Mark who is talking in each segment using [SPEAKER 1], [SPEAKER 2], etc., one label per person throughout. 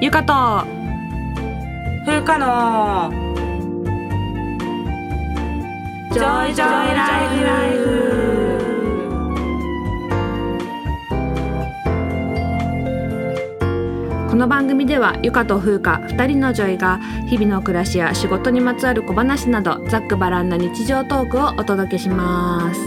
[SPEAKER 1] ゆかと
[SPEAKER 2] 風花のジョイジョイライフ
[SPEAKER 1] この番組ではゆかと風花2人のジョイが日々の暮らしや仕事にまつわる小話などざっくばらんな日常トークをお届けします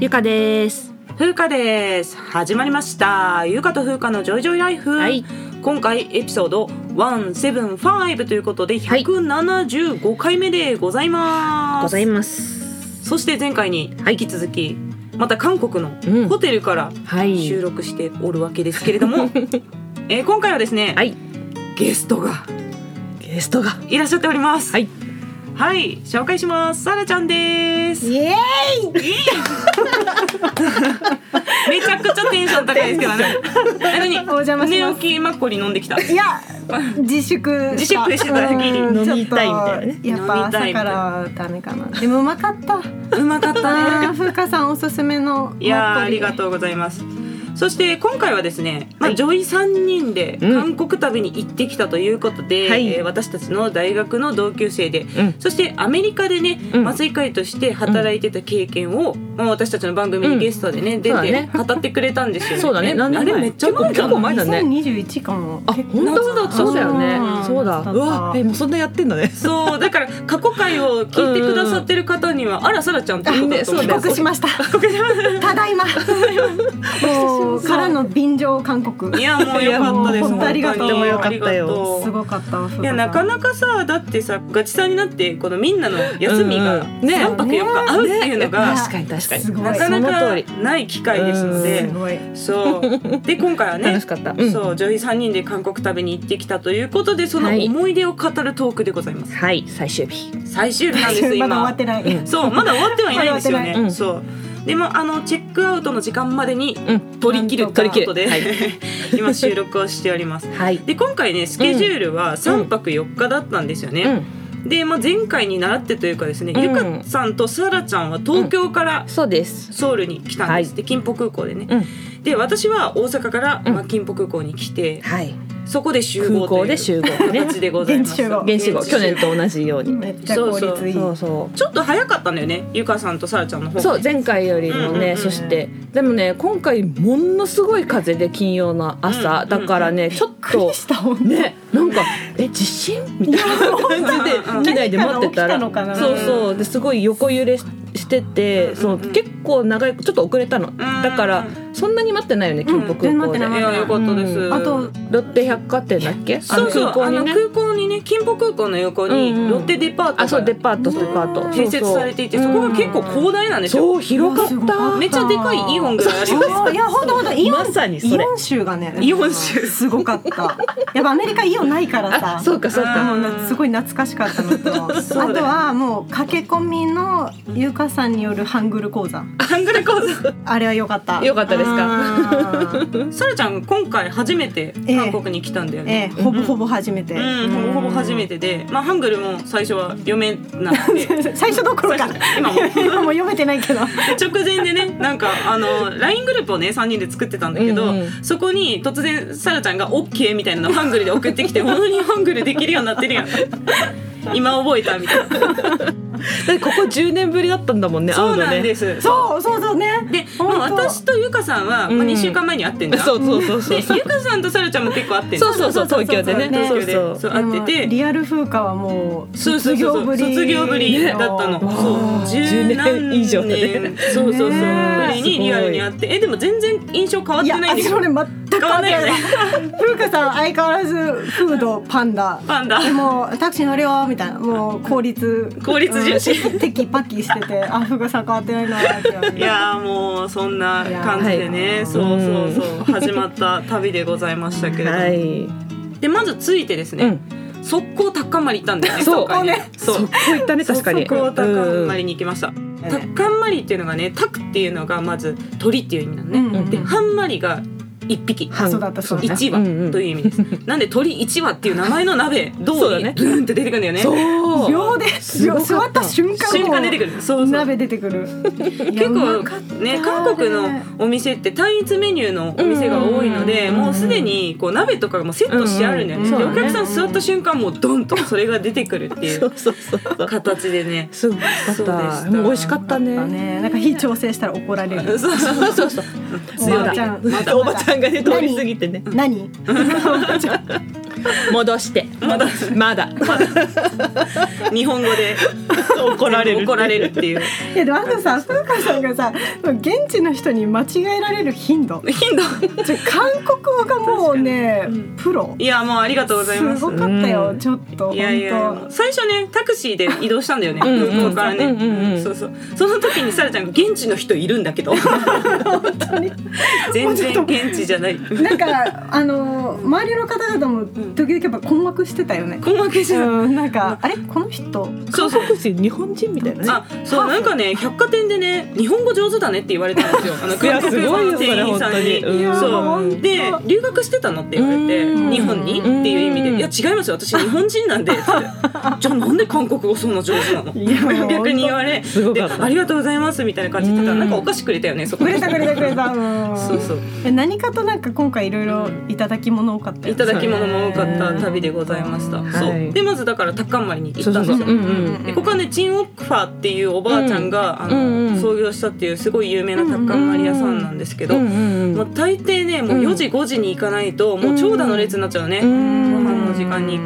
[SPEAKER 1] ゆかです
[SPEAKER 2] 風花です始まりましたゆうかと風花のジョイジョイライフ、
[SPEAKER 1] はい
[SPEAKER 2] 今回エピソード175ということで
[SPEAKER 1] はい
[SPEAKER 2] 175回目でございます、
[SPEAKER 1] ございます
[SPEAKER 2] そして前回に
[SPEAKER 1] はい
[SPEAKER 2] 引き続き、また韓国
[SPEAKER 1] うん
[SPEAKER 2] のホテルから
[SPEAKER 1] はい
[SPEAKER 2] 収録しておるわけですけれ ども、えー今回はですね、
[SPEAKER 1] はい
[SPEAKER 2] ゲストが
[SPEAKER 1] ゲストが
[SPEAKER 2] いらっしゃっております
[SPEAKER 1] はい
[SPEAKER 2] はい紹介しますさらちゃんです
[SPEAKER 3] イエーイ
[SPEAKER 2] めちゃくちゃテンション高いですけどねなのに
[SPEAKER 3] お邪魔します
[SPEAKER 2] 寝起きマッコリ飲んできた
[SPEAKER 3] いや自粛
[SPEAKER 2] 自粛してた時に
[SPEAKER 3] うん
[SPEAKER 4] 飲みたいみたいなね
[SPEAKER 3] ちょっとやっぱ
[SPEAKER 2] 飲みたい
[SPEAKER 3] 朝
[SPEAKER 2] みた
[SPEAKER 3] か
[SPEAKER 2] いな
[SPEAKER 3] らはダメかなでもうまかった
[SPEAKER 2] うまかったね
[SPEAKER 3] あー風花さんおすすめの
[SPEAKER 2] いやーありが
[SPEAKER 3] う
[SPEAKER 2] とうございますそして今回はですね、まあ、
[SPEAKER 1] はい
[SPEAKER 2] 女医3人で
[SPEAKER 4] う
[SPEAKER 2] 韓国旅に行ってきたということで、
[SPEAKER 4] はい
[SPEAKER 2] えー私たちの大学の同級生で、
[SPEAKER 4] ん
[SPEAKER 2] そしてアメリカでね、
[SPEAKER 4] うん
[SPEAKER 2] 麻酔科医として働いてた経験を、まあ、私たちの番組にゲストでね、出
[SPEAKER 4] そうだ
[SPEAKER 2] て
[SPEAKER 4] ね
[SPEAKER 2] 語ってくれたんですよ ね。
[SPEAKER 4] そうだね
[SPEAKER 2] あ
[SPEAKER 4] 何年前
[SPEAKER 2] れめっちゃ前じゃ
[SPEAKER 4] 結構
[SPEAKER 2] ん
[SPEAKER 4] 前だね
[SPEAKER 3] 2021かも
[SPEAKER 4] あ
[SPEAKER 3] 結構
[SPEAKER 4] 本当
[SPEAKER 2] 夏だった
[SPEAKER 4] そうだよね
[SPEAKER 3] うん
[SPEAKER 4] そうだ
[SPEAKER 3] 夏だった
[SPEAKER 4] うわえもうそんなやってんだね
[SPEAKER 2] そうだから過去回を聞いてくださってる方には、あらさらちゃんってことだと思う
[SPEAKER 3] 帰
[SPEAKER 4] あねそうだよ
[SPEAKER 3] 国しましたただい まもうからの便乗韓 国
[SPEAKER 2] いやもうよかったです
[SPEAKER 3] いやもう本当ありがと
[SPEAKER 2] 本当に
[SPEAKER 3] うとてもよ
[SPEAKER 4] か
[SPEAKER 2] あ
[SPEAKER 4] ったよ
[SPEAKER 2] りがとう
[SPEAKER 3] すごかったわ風花さん
[SPEAKER 2] いやなかなかさだってさガチさんになってこのみんなの 休みが
[SPEAKER 4] うんうんね
[SPEAKER 2] 3泊4日合うっていうのが、
[SPEAKER 3] ね
[SPEAKER 4] 確かに確かに
[SPEAKER 3] すごい
[SPEAKER 2] なかな
[SPEAKER 4] その
[SPEAKER 2] か
[SPEAKER 4] 通り
[SPEAKER 2] ない機会ですの
[SPEAKER 3] す
[SPEAKER 2] で、
[SPEAKER 3] ごい
[SPEAKER 2] そうで今回はね
[SPEAKER 4] 楽しかったうん
[SPEAKER 2] そう女優3人で韓国旅に行ってきたということでその
[SPEAKER 4] はい
[SPEAKER 2] 思い出を語るトークでございます、
[SPEAKER 4] はい最終日
[SPEAKER 2] 最終日なんです
[SPEAKER 3] ま
[SPEAKER 2] 今
[SPEAKER 3] だ終わってない、
[SPEAKER 4] うん
[SPEAKER 2] そうまだ終わってはいないんですよね、
[SPEAKER 4] まだ
[SPEAKER 2] そうでもあのチェックアウトの時間までに
[SPEAKER 4] うん
[SPEAKER 2] 取り切るということで、
[SPEAKER 4] 取 り
[SPEAKER 2] 今収録をしております
[SPEAKER 4] はい
[SPEAKER 2] で今回ねスケジュールは3泊4日だったんですよね、
[SPEAKER 4] うん
[SPEAKER 2] で、まあ、前回に習ってというかですね、
[SPEAKER 4] うん
[SPEAKER 2] ゆかさんとさらちゃんは東京から
[SPEAKER 4] そうです
[SPEAKER 2] ソウルに来たんです、
[SPEAKER 4] はい
[SPEAKER 2] で金浦空港でね、
[SPEAKER 4] うん
[SPEAKER 2] で私は大阪から、
[SPEAKER 4] うん
[SPEAKER 2] まあ、金浦空港に来て、
[SPEAKER 4] はい
[SPEAKER 2] そこで集合
[SPEAKER 4] 空
[SPEAKER 2] とい
[SPEAKER 4] 港
[SPEAKER 2] う
[SPEAKER 4] で集合ね
[SPEAKER 2] 形でございます
[SPEAKER 3] 現地集合
[SPEAKER 4] 原子号去年と同じように
[SPEAKER 3] めっちゃ効率いい
[SPEAKER 4] そうそ
[SPEAKER 2] ちょっと早かったんだよねゆかさんとさらちゃんの方
[SPEAKER 4] うそう前回よりも
[SPEAKER 2] うんうんう
[SPEAKER 4] ね
[SPEAKER 2] ん
[SPEAKER 4] そしてでもね今回ものすごい風で金曜の朝
[SPEAKER 2] うんうん
[SPEAKER 4] だからねちょっ
[SPEAKER 3] びっく
[SPEAKER 4] と
[SPEAKER 3] りした本当
[SPEAKER 4] ねなんかえ地震みたいな感じで
[SPEAKER 2] うんうん
[SPEAKER 4] 機内で待ってたら
[SPEAKER 3] 何かが起きたの
[SPEAKER 4] そ
[SPEAKER 3] か
[SPEAKER 4] う
[SPEAKER 3] な
[SPEAKER 4] そうですごい横揺れして
[SPEAKER 2] うん
[SPEAKER 4] てその結構長いちょっと遅れたのだからそんなに待ってないよね金浦空港
[SPEAKER 3] 全然待って
[SPEAKER 4] で
[SPEAKER 3] ない
[SPEAKER 2] やよかったです、
[SPEAKER 4] うん
[SPEAKER 3] あと
[SPEAKER 4] ロッテ百貨店だっけあ
[SPEAKER 2] そ
[SPEAKER 4] の
[SPEAKER 2] うそう
[SPEAKER 4] 空
[SPEAKER 2] 空港
[SPEAKER 4] 港
[SPEAKER 2] あ
[SPEAKER 4] に
[SPEAKER 2] の
[SPEAKER 4] ね
[SPEAKER 2] 空港にね金浦空港の横に
[SPEAKER 4] うんうん
[SPEAKER 2] ロッテデパートが
[SPEAKER 4] あそうデパート
[SPEAKER 3] うん
[SPEAKER 4] デパート
[SPEAKER 2] 併設されていてそこが結構広大なんですよ
[SPEAKER 4] そう広かっ
[SPEAKER 3] すごい
[SPEAKER 4] た
[SPEAKER 2] めっちゃでかいイオンぐらいあるよね
[SPEAKER 3] そういやほんとほんとイオン、
[SPEAKER 4] まさにそ
[SPEAKER 3] イ
[SPEAKER 4] れ
[SPEAKER 3] オン州がね
[SPEAKER 2] イオン州
[SPEAKER 3] すごかったやっぱアメリカイオンないからさ
[SPEAKER 4] あそうかそう
[SPEAKER 2] う
[SPEAKER 4] か
[SPEAKER 2] ん
[SPEAKER 3] すごい懐かしかったのとあ
[SPEAKER 2] そうだ
[SPEAKER 3] と
[SPEAKER 2] よ
[SPEAKER 3] はもう駆け込みのゆかさんによるハングル講座
[SPEAKER 2] ハングル講座
[SPEAKER 3] あれは良かった
[SPEAKER 4] 良かったです
[SPEAKER 3] か
[SPEAKER 2] さらちゃん今回初めて韓国に来たんだよ
[SPEAKER 3] ええ
[SPEAKER 2] ね、
[SPEAKER 3] ほぼほぼ初めて、
[SPEAKER 2] うん、ほぼほぼ初めて
[SPEAKER 3] て
[SPEAKER 2] で、まあ、ハングルも最初は読めなく て
[SPEAKER 3] 最初どころか
[SPEAKER 2] 今も
[SPEAKER 3] 今もう読めてないけど
[SPEAKER 2] 直前でね なんかあの LINE グループをね3人で作ってたんだけど、
[SPEAKER 4] うんうん
[SPEAKER 2] そこに突然さらちゃんが OK みたいなのをハングルで送ってきて本当にハングルできるようになってる やん今覚えたみたいな、
[SPEAKER 4] だってここ10年ぶりだったんだもんね会
[SPEAKER 2] そうう
[SPEAKER 4] の
[SPEAKER 2] なん
[SPEAKER 4] ね
[SPEAKER 2] です
[SPEAKER 3] そうそうそうね
[SPEAKER 2] で、まあ、
[SPEAKER 3] 本当
[SPEAKER 2] 私とゆかさんは、まあ、
[SPEAKER 4] うん
[SPEAKER 2] 2週間前に会ってんだ、
[SPEAKER 4] そうそうそうそう
[SPEAKER 2] でゆかさんとさらちゃんも結構会ってんだ
[SPEAKER 4] そうそうそう東京でね
[SPEAKER 3] ね
[SPEAKER 4] そ
[SPEAKER 2] 東京
[SPEAKER 4] う
[SPEAKER 2] で
[SPEAKER 4] そ
[SPEAKER 2] そうう会って
[SPEAKER 3] でも
[SPEAKER 2] て
[SPEAKER 3] リアル風花はもう
[SPEAKER 2] そうそう
[SPEAKER 3] 卒
[SPEAKER 2] そう
[SPEAKER 3] 業ぶり
[SPEAKER 2] 卒業ぶりだったの、
[SPEAKER 3] ね
[SPEAKER 2] そう
[SPEAKER 4] わあ
[SPEAKER 2] 10
[SPEAKER 4] 10年以上だね
[SPEAKER 2] そうそうそう、
[SPEAKER 3] ねえ
[SPEAKER 2] ぶりにリアルに会ってえでも全然印象変わっ
[SPEAKER 3] い
[SPEAKER 2] て
[SPEAKER 3] や
[SPEAKER 2] ないんです
[SPEAKER 3] そ
[SPEAKER 2] よ
[SPEAKER 3] れ全く変わってない
[SPEAKER 2] 変わ
[SPEAKER 3] 風花さん相変わらずフードパンダ
[SPEAKER 2] パンダ
[SPEAKER 3] もうタクシー乗るよみたいなもう効率
[SPEAKER 2] 効率重視
[SPEAKER 3] うんテキパキしててあ風花さん変わってないなって
[SPEAKER 2] いやーもうそんな感じで
[SPEAKER 3] い
[SPEAKER 2] ね
[SPEAKER 3] やー
[SPEAKER 2] そうそうそう始まった旅でございましたけれども、
[SPEAKER 4] はい
[SPEAKER 2] でまず着いてです
[SPEAKER 4] う
[SPEAKER 2] ね、
[SPEAKER 4] ん
[SPEAKER 2] 速攻タッカンマリ行ったんだよね
[SPEAKER 4] そう
[SPEAKER 2] 今回ねそう
[SPEAKER 4] こういったね確かに
[SPEAKER 2] 速攻タッカンマ
[SPEAKER 4] うん
[SPEAKER 2] リに行きました、タッカンマリっていうのがねタクっていうのがまず鳥っていう意味なのね、
[SPEAKER 4] うん
[SPEAKER 2] でハンマリが1匹
[SPEAKER 3] あそうだったそうだった
[SPEAKER 2] 1
[SPEAKER 4] うんう
[SPEAKER 2] 羽
[SPEAKER 4] ん
[SPEAKER 2] という意味 です、なんで鳥1羽っていう名前の鍋
[SPEAKER 4] そう
[SPEAKER 2] どう
[SPEAKER 4] だ
[SPEAKER 2] に
[SPEAKER 4] ね
[SPEAKER 2] ブーンって出てくるんだよね
[SPEAKER 4] そう
[SPEAKER 3] 秒です
[SPEAKER 4] すご
[SPEAKER 3] よ
[SPEAKER 4] かった
[SPEAKER 3] 座った瞬間
[SPEAKER 2] 瞬間出てくるそうそう
[SPEAKER 3] 鍋出てくる
[SPEAKER 2] 結構ね
[SPEAKER 3] ね
[SPEAKER 2] 韓国のお店って単一メニューのお店が多いので、
[SPEAKER 4] うん
[SPEAKER 2] もうすでにこう鍋とかもセットしてあるんだよね、
[SPEAKER 3] うん
[SPEAKER 2] で
[SPEAKER 3] うん
[SPEAKER 2] お客さん座った瞬間もうドンとそれが出てくるってい
[SPEAKER 4] そううそうそう
[SPEAKER 2] 形でね
[SPEAKER 4] すごかっ
[SPEAKER 2] そうでした
[SPEAKER 4] たもう美味しかったね
[SPEAKER 3] ねなんか火調整したら怒ら れる
[SPEAKER 2] そうそうそうそう
[SPEAKER 3] おばあちゃん
[SPEAKER 2] まだ
[SPEAKER 4] おばちゃんがね通り過ぎてね
[SPEAKER 3] 何
[SPEAKER 4] 戻して
[SPEAKER 2] まだ
[SPEAKER 4] まだ
[SPEAKER 2] 日本語で
[SPEAKER 4] 怒られる
[SPEAKER 2] 怒られるっていう
[SPEAKER 3] いやでもあとさ風花さんがさ現地の人に間違えられる頻度
[SPEAKER 2] 頻度
[SPEAKER 3] ちょ韓国語がもうねプロ
[SPEAKER 2] いやもうありがとうございます
[SPEAKER 3] すごかったよ
[SPEAKER 4] うん
[SPEAKER 3] ちょっと
[SPEAKER 2] いやい
[SPEAKER 3] 本
[SPEAKER 2] や最初ねタクシーで移動したんだよね
[SPEAKER 4] うんうん
[SPEAKER 2] 空港からね、
[SPEAKER 4] うんうんうん
[SPEAKER 2] そうそうその時にサラちゃんが現地の人いるんだけ ど全然現地じゃ ない
[SPEAKER 3] 当なんかあの周りの方々も時々やっぱ困惑してたよね
[SPEAKER 2] 困惑し
[SPEAKER 3] う
[SPEAKER 2] てた
[SPEAKER 3] んなんかあれこの人
[SPEAKER 2] そうそう
[SPEAKER 4] 韓国人日本人みたいなね
[SPEAKER 2] あそうなんかね百貨店でね日本語上手だねって言われたんですよあの
[SPEAKER 4] いや
[SPEAKER 2] 韓国語の店員さんに
[SPEAKER 4] すごいよそれ本当に
[SPEAKER 3] いや
[SPEAKER 2] そう
[SPEAKER 3] 本当
[SPEAKER 2] で留学してたのって言われて
[SPEAKER 4] うん
[SPEAKER 2] 日本にっていう意味で
[SPEAKER 4] うん
[SPEAKER 2] いや違いますよ私日本人なんでってじゃあなんで韓国語そんな上手なの
[SPEAKER 3] いやもう
[SPEAKER 2] 逆に言われ
[SPEAKER 4] すご
[SPEAKER 2] で
[SPEAKER 4] かった
[SPEAKER 2] ありがとうございますみたいな感じで言ってたらなんかお菓子くれたよねそこ
[SPEAKER 3] くれたくれたく れたうん
[SPEAKER 2] そうそう
[SPEAKER 3] え何かとなんか今回いろいろいただき物多かったよ
[SPEAKER 2] いただき物も多かった旅でございました
[SPEAKER 4] い
[SPEAKER 2] そうでまずだからタッカンマリに行ったんで
[SPEAKER 4] そう
[SPEAKER 2] す
[SPEAKER 4] そ
[SPEAKER 2] よ
[SPEAKER 4] うそううんうん
[SPEAKER 2] でここはねジン・オックファーっていうおばあちゃんが、あの
[SPEAKER 4] うんうん
[SPEAKER 2] 創業したっていうすごい有名なタッカンマリ屋さんなんですけど、
[SPEAKER 4] ん
[SPEAKER 2] もう大抵ねもう4時5時に行かないと、もう長蛇の列になっちゃうね、
[SPEAKER 4] ん
[SPEAKER 2] ご飯の時間に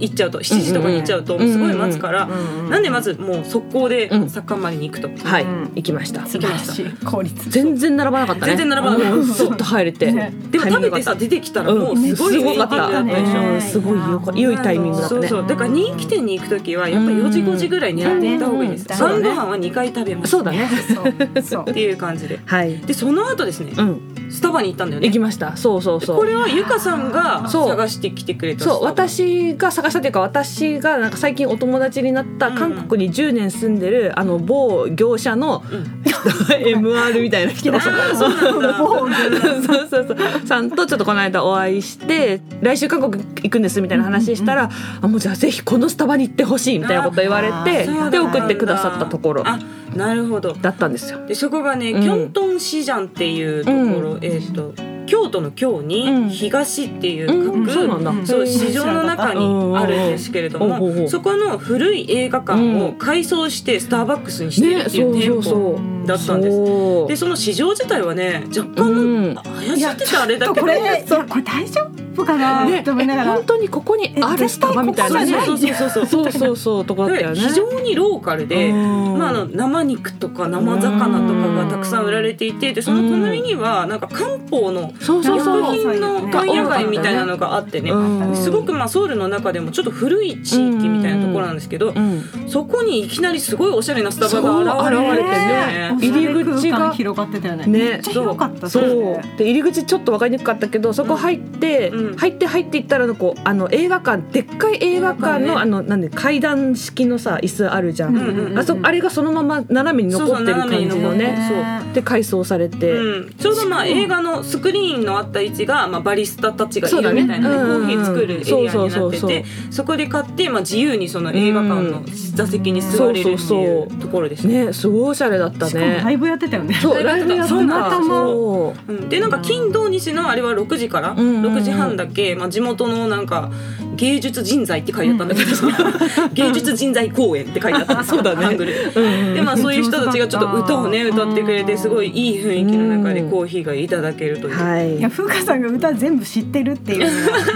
[SPEAKER 2] 行っちゃうと7時とかに行っちゃうと
[SPEAKER 4] うんうん
[SPEAKER 2] すごい待つから、なんでまずもう速攻でタ
[SPEAKER 4] うん
[SPEAKER 2] ッカンマリに行くと、
[SPEAKER 4] はいう行きました
[SPEAKER 2] 行きました
[SPEAKER 3] 効率
[SPEAKER 4] 全然並ばなかったね
[SPEAKER 2] 全然並ばなかった
[SPEAKER 4] もうスッと入れて
[SPEAKER 3] ね
[SPEAKER 2] でも食べてさ出てきたらもう
[SPEAKER 4] う
[SPEAKER 2] んす
[SPEAKER 4] す
[SPEAKER 2] ごい
[SPEAKER 4] ごか
[SPEAKER 2] 雰囲気だ
[SPEAKER 4] っ
[SPEAKER 2] っ
[SPEAKER 4] た
[SPEAKER 2] たでしょ
[SPEAKER 3] ね
[SPEAKER 4] すごいよか良いタイミングだった
[SPEAKER 2] そう
[SPEAKER 4] ね
[SPEAKER 2] そうだから人気店に行く時はやっぱ4時5時ぐらい狙っていった方がいいです、
[SPEAKER 3] うん
[SPEAKER 2] 晩ご飯は2回食べます
[SPEAKER 4] そうだね
[SPEAKER 3] そうそう
[SPEAKER 2] っていう感じで
[SPEAKER 4] はい
[SPEAKER 2] でその後ですね
[SPEAKER 4] うん
[SPEAKER 2] スタバに行ったんだよね
[SPEAKER 4] 行きましたそうそうそう
[SPEAKER 2] これはゆかさんが
[SPEAKER 4] そう
[SPEAKER 2] 探してきてくれた
[SPEAKER 4] そう
[SPEAKER 2] スタバ
[SPEAKER 4] 私が探したというか私がなんか最近お友達になった
[SPEAKER 2] うん
[SPEAKER 4] 韓国に10年住んでるあの某業者の
[SPEAKER 2] うん
[SPEAKER 4] MR みたいな人
[SPEAKER 2] あーそうなんだ
[SPEAKER 3] もう
[SPEAKER 4] そうそうそうさんとちょっとこの間お会いして来週韓国行くんですみたいな話したら、あもうじゃあぜひこのスタバに行ってほしいみたいなこと言われて
[SPEAKER 3] あー
[SPEAKER 4] で
[SPEAKER 3] そうなんだ
[SPEAKER 4] 送ってくださったところ
[SPEAKER 2] あなるほど
[SPEAKER 4] だったんですよ。
[SPEAKER 2] でそこがね、
[SPEAKER 4] うん
[SPEAKER 2] キョントン市ジャンっていうところ、えっ、と京都の京
[SPEAKER 4] うん
[SPEAKER 2] に東っていう
[SPEAKER 4] う
[SPEAKER 2] 各、
[SPEAKER 4] ん、そうなんだ。
[SPEAKER 3] うん
[SPEAKER 2] そう
[SPEAKER 4] へー
[SPEAKER 2] 市場の中にあるんですけれど
[SPEAKER 4] うんうんうんうんうんうんう
[SPEAKER 2] も
[SPEAKER 4] ん
[SPEAKER 2] そこの古い映画館を改装してスターバックスにしてる
[SPEAKER 4] ね、
[SPEAKER 2] ってい
[SPEAKER 4] そうう
[SPEAKER 2] 店
[SPEAKER 4] そ
[SPEAKER 2] 舗、
[SPEAKER 4] うそう。
[SPEAKER 2] だったんです
[SPEAKER 4] そう
[SPEAKER 2] でその市場自体はね若干、
[SPEAKER 4] うん
[SPEAKER 2] 怪しいって言ったらあれだけど
[SPEAKER 3] これいやこれ大丈夫かな
[SPEAKER 4] ね
[SPEAKER 3] って思いながら
[SPEAKER 4] 本当にここにあるスタバみたいな
[SPEAKER 3] え絶対
[SPEAKER 4] ね
[SPEAKER 3] こ
[SPEAKER 2] そ
[SPEAKER 3] こ
[SPEAKER 2] うそうそうそう
[SPEAKER 4] そうそうそうとこだったよ
[SPEAKER 2] で
[SPEAKER 4] ね。
[SPEAKER 2] 非常にローカルで、
[SPEAKER 4] うん
[SPEAKER 2] まあ、あの生肉とか生魚とかがたくさん売られていてでその隣にはなんか漢方の
[SPEAKER 4] そうそう
[SPEAKER 2] 薬
[SPEAKER 4] そう。
[SPEAKER 2] 品の問屋街みたいなのがあってね、
[SPEAKER 4] うん
[SPEAKER 2] すごくまあソウルの中でもちょっと古い地域みたいなところなんですけど、
[SPEAKER 4] うん、
[SPEAKER 2] そこにいきなりすごいおしゃれなスタバが現
[SPEAKER 4] そう
[SPEAKER 2] れてね
[SPEAKER 4] 現れてね入り口が
[SPEAKER 3] 空間広がってたよね
[SPEAKER 4] ね
[SPEAKER 3] めっちゃ広かった
[SPEAKER 4] そう
[SPEAKER 3] ね
[SPEAKER 4] で入り口ちょっと分かりにくかったけどそこ入って、
[SPEAKER 2] うん
[SPEAKER 4] 入って入っていったらこうあの映画館でっかい映画館の,、
[SPEAKER 2] 映画館ね
[SPEAKER 4] あのなんで階段式のさ椅子あるじゃん、
[SPEAKER 2] んうんうん
[SPEAKER 4] あそあれがそのまま斜めに残ってる感じ
[SPEAKER 2] そうそ
[SPEAKER 4] の
[SPEAKER 2] う斜めに
[SPEAKER 4] ね
[SPEAKER 2] 残って
[SPEAKER 4] で改装されて、
[SPEAKER 2] うん、ちょうどまあ映画のスクリーンのあった位置が、まあ、バリスタたちがい
[SPEAKER 4] そうだ
[SPEAKER 2] る
[SPEAKER 4] ね
[SPEAKER 2] みたいなね
[SPEAKER 4] うんう
[SPEAKER 2] コ
[SPEAKER 4] ん
[SPEAKER 2] ーヒー作るエリア
[SPEAKER 4] そう
[SPEAKER 2] に
[SPEAKER 4] そ
[SPEAKER 2] なっ
[SPEAKER 4] う
[SPEAKER 2] て
[SPEAKER 4] そうそう
[SPEAKER 2] てそこで買って、まあ、自由にその映画館の座席に座れるって
[SPEAKER 4] そう
[SPEAKER 2] い
[SPEAKER 4] そう
[SPEAKER 2] うところでした。
[SPEAKER 4] ねすごいおしゃれだった
[SPEAKER 3] しかもラ
[SPEAKER 4] ね。
[SPEAKER 3] イブやってたよね
[SPEAKER 4] そうライブやって
[SPEAKER 2] そう
[SPEAKER 4] た
[SPEAKER 2] なんだ
[SPEAKER 4] そう
[SPEAKER 2] うんでなんか金土日のあれは6時から、
[SPEAKER 4] んうんうん
[SPEAKER 2] 6時半だけ、まあ、地元のなんか芸術人材って書いてあったんだけど、 芸術人材公演って書いてあったんですよハングルで。でまあそういう人たちがちょっと歌をね歌ってくれてすごいいい雰囲気の中でコーヒーがいただけるという。
[SPEAKER 4] はい
[SPEAKER 3] いや風花さんが歌全部知ってるっていう